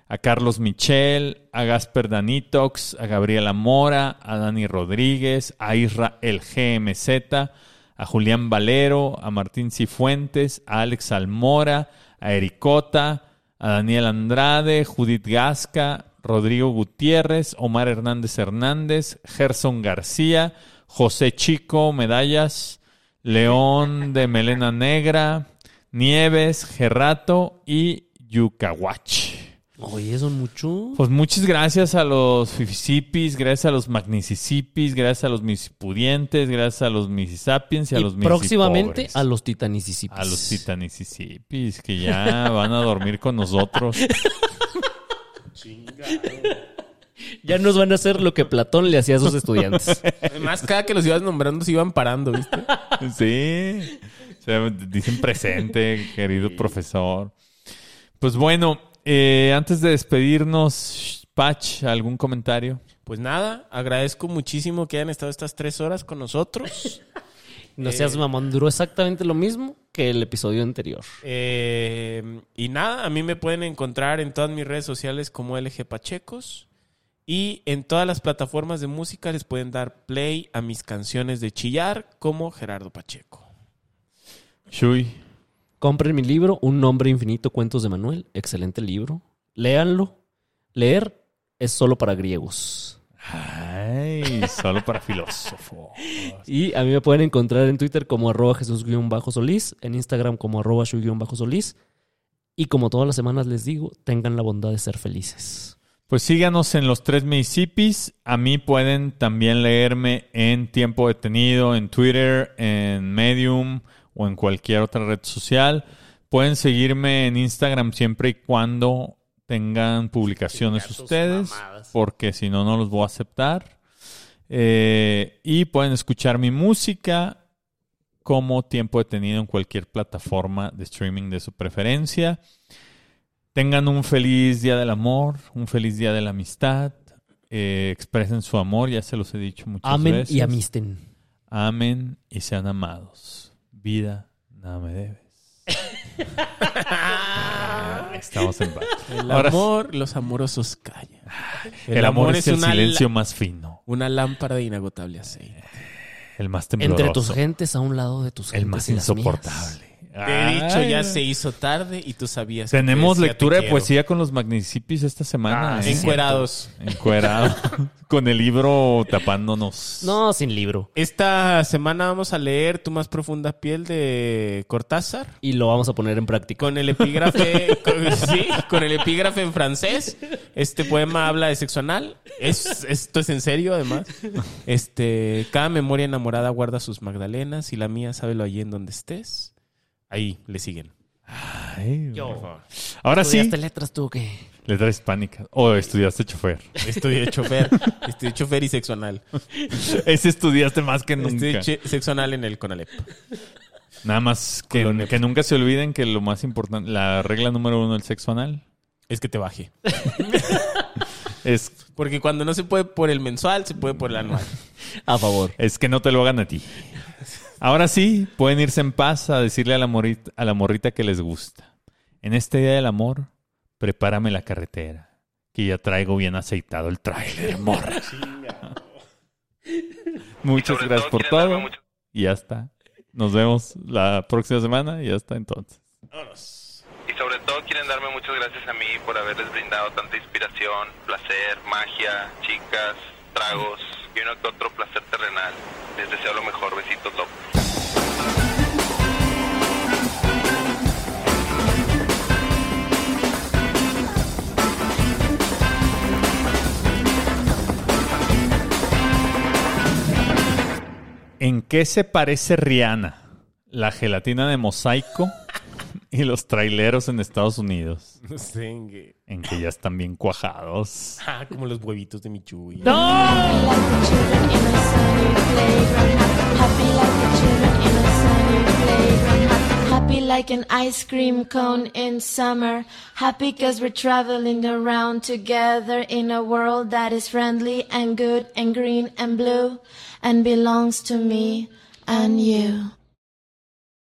a Carlos Michel, a Gasper Danitox, a Gabriela Mora, a Dani Rodríguez, a Israel GMZ, a Julián Valero, a Martín Cifuentes, a Alex Almora, a Ericota, a Daniel Andrade, Judith Gasca, Rodrigo Gutiérrez, Omar Hernández Hernández, Gerson García, José Chico, Medallas, León de Melena Negra, Nieves, Gerrato y Yucahuach. Oye, son muchos. Pues muchas gracias a los Fifisipis, gracias a los Magnicisipis, gracias a los Misipudientes, gracias a los Misisapiens y a Y los próximamente Misipobres. a los titanisisipis. A los Titanisisipis, que ya van a dormir con nosotros. Ya nos van a hacer lo que Platón le hacía a sus estudiantes. Además, cada que los ibas nombrando se iban parando, ¿viste? Sí. O sea, dicen presente, querido profesor. Pues bueno, eh, antes de despedirnos, Patch, ¿algún comentario? Pues nada, agradezco muchísimo que hayan estado estas tres horas con nosotros. Eh, No seas mamón, duró exactamente lo mismo que el episodio anterior. Eh, y nada, a mí me pueden encontrar en todas mis redes sociales como LG Pachecos. Y en todas las plataformas de música les pueden dar play a mis canciones de chillar como Gerardo Pacheco. Shui. Compren mi libro, Un nombre infinito, cuentos de Manuel. Excelente libro. Léanlo. Leer es solo para griegos. Ay, solo para filósofo. Y a mí me pueden encontrar en Twitter como arroba Jesús-Solís, en Instagram como arroba Shui-Solís. Y como todas las semanas les digo, tengan la bondad de ser felices. Pues síganos en los tres municipios. A mí pueden también leerme en Tiempo Detenido, en Twitter, en Medium o en cualquier otra red social. Pueden seguirme en Instagram siempre y cuando tengan publicaciones ustedes, porque si no, no los voy a aceptar. Eh, y pueden escuchar mi música como tiempo detenido en cualquier plataforma de streaming de su preferencia. Tengan un feliz día del amor, un feliz día de la amistad. Eh, expresen su amor, ya se los he dicho muchas Amen veces. y amisten. Amen y sean amados. Vida, nada me debes. Ah, Estamos en paz. El Ahora sí. amor, los amorosos callan. El, amor, es, el una la- silencio más fino, Una lámpara de inagotable aceite. el más Entre tembloroso, tus gentes a un lado de tus el gentes más y las mías. insoportable. Te he dicho, Ay, ya se hizo tarde y tú sabías. que Tenemos te decía, lectura te de quiero. poesía con los magnicipis esta semana. Ah, ¿eh? Encuerados. Encuerado. con el libro tapándonos. No, sin libro. Esta semana vamos a leer Tu más profunda piel de Cortázar. Y lo vamos a poner en práctica. Con el epígrafe, con, sí, con el epígrafe en francés. Este poema habla de sexo anal. Es, esto es en serio, además. Este, cada memoria enamorada guarda sus magdalenas y la mía, sábelo allí en donde estés. Ahí, le siguen. Ay, Yo. Ahora sí, ¿Estudiaste letras tú o qué? letras hispánicas. O estudiaste chofer. Estudié chofer. Estudié chofer y sexo anal. Ese estudiaste más que Estudié nunca. che- sexo anal en el Conalep. Nada más que, que nunca se olviden que lo más importante, la regla número uno del sexo anal, es que te baje. Es, Porque cuando no se puede por el mensual, se puede por el anual. A favor. es que no te lo hagan a ti. Ahora sí, pueden irse en paz a decirle a la, morrita, a la morrita que les gusta. En este día del amor, prepárame la carretera, que ya traigo bien aceitado el tráiler, morra. Muchas Sobre gracias todo por quieren todo. darme mucho- Y ya está. Nos vemos la próxima semana y hasta entonces. Y sobre todo quieren darme muchas gracias a mí por haberles brindado tanta inspiración, placer, magia, chicas, tragos y uno que otro placer terrenal. Les deseo lo mejor. Besitos, López. ¿En qué se parece Rihanna? La gelatina de mosaico y los traileros en Estados Unidos, No sé, en qué. en que ya están bien cuajados. Ah, como los huevitos de mi chuy. Like the children in a sunny playground, ha- happy like the children in a sunny playground, ha- happy like an ice cream cone in summer, happy cause we're traveling around together in a world that is friendly and good and green and blue and belongs to me and you.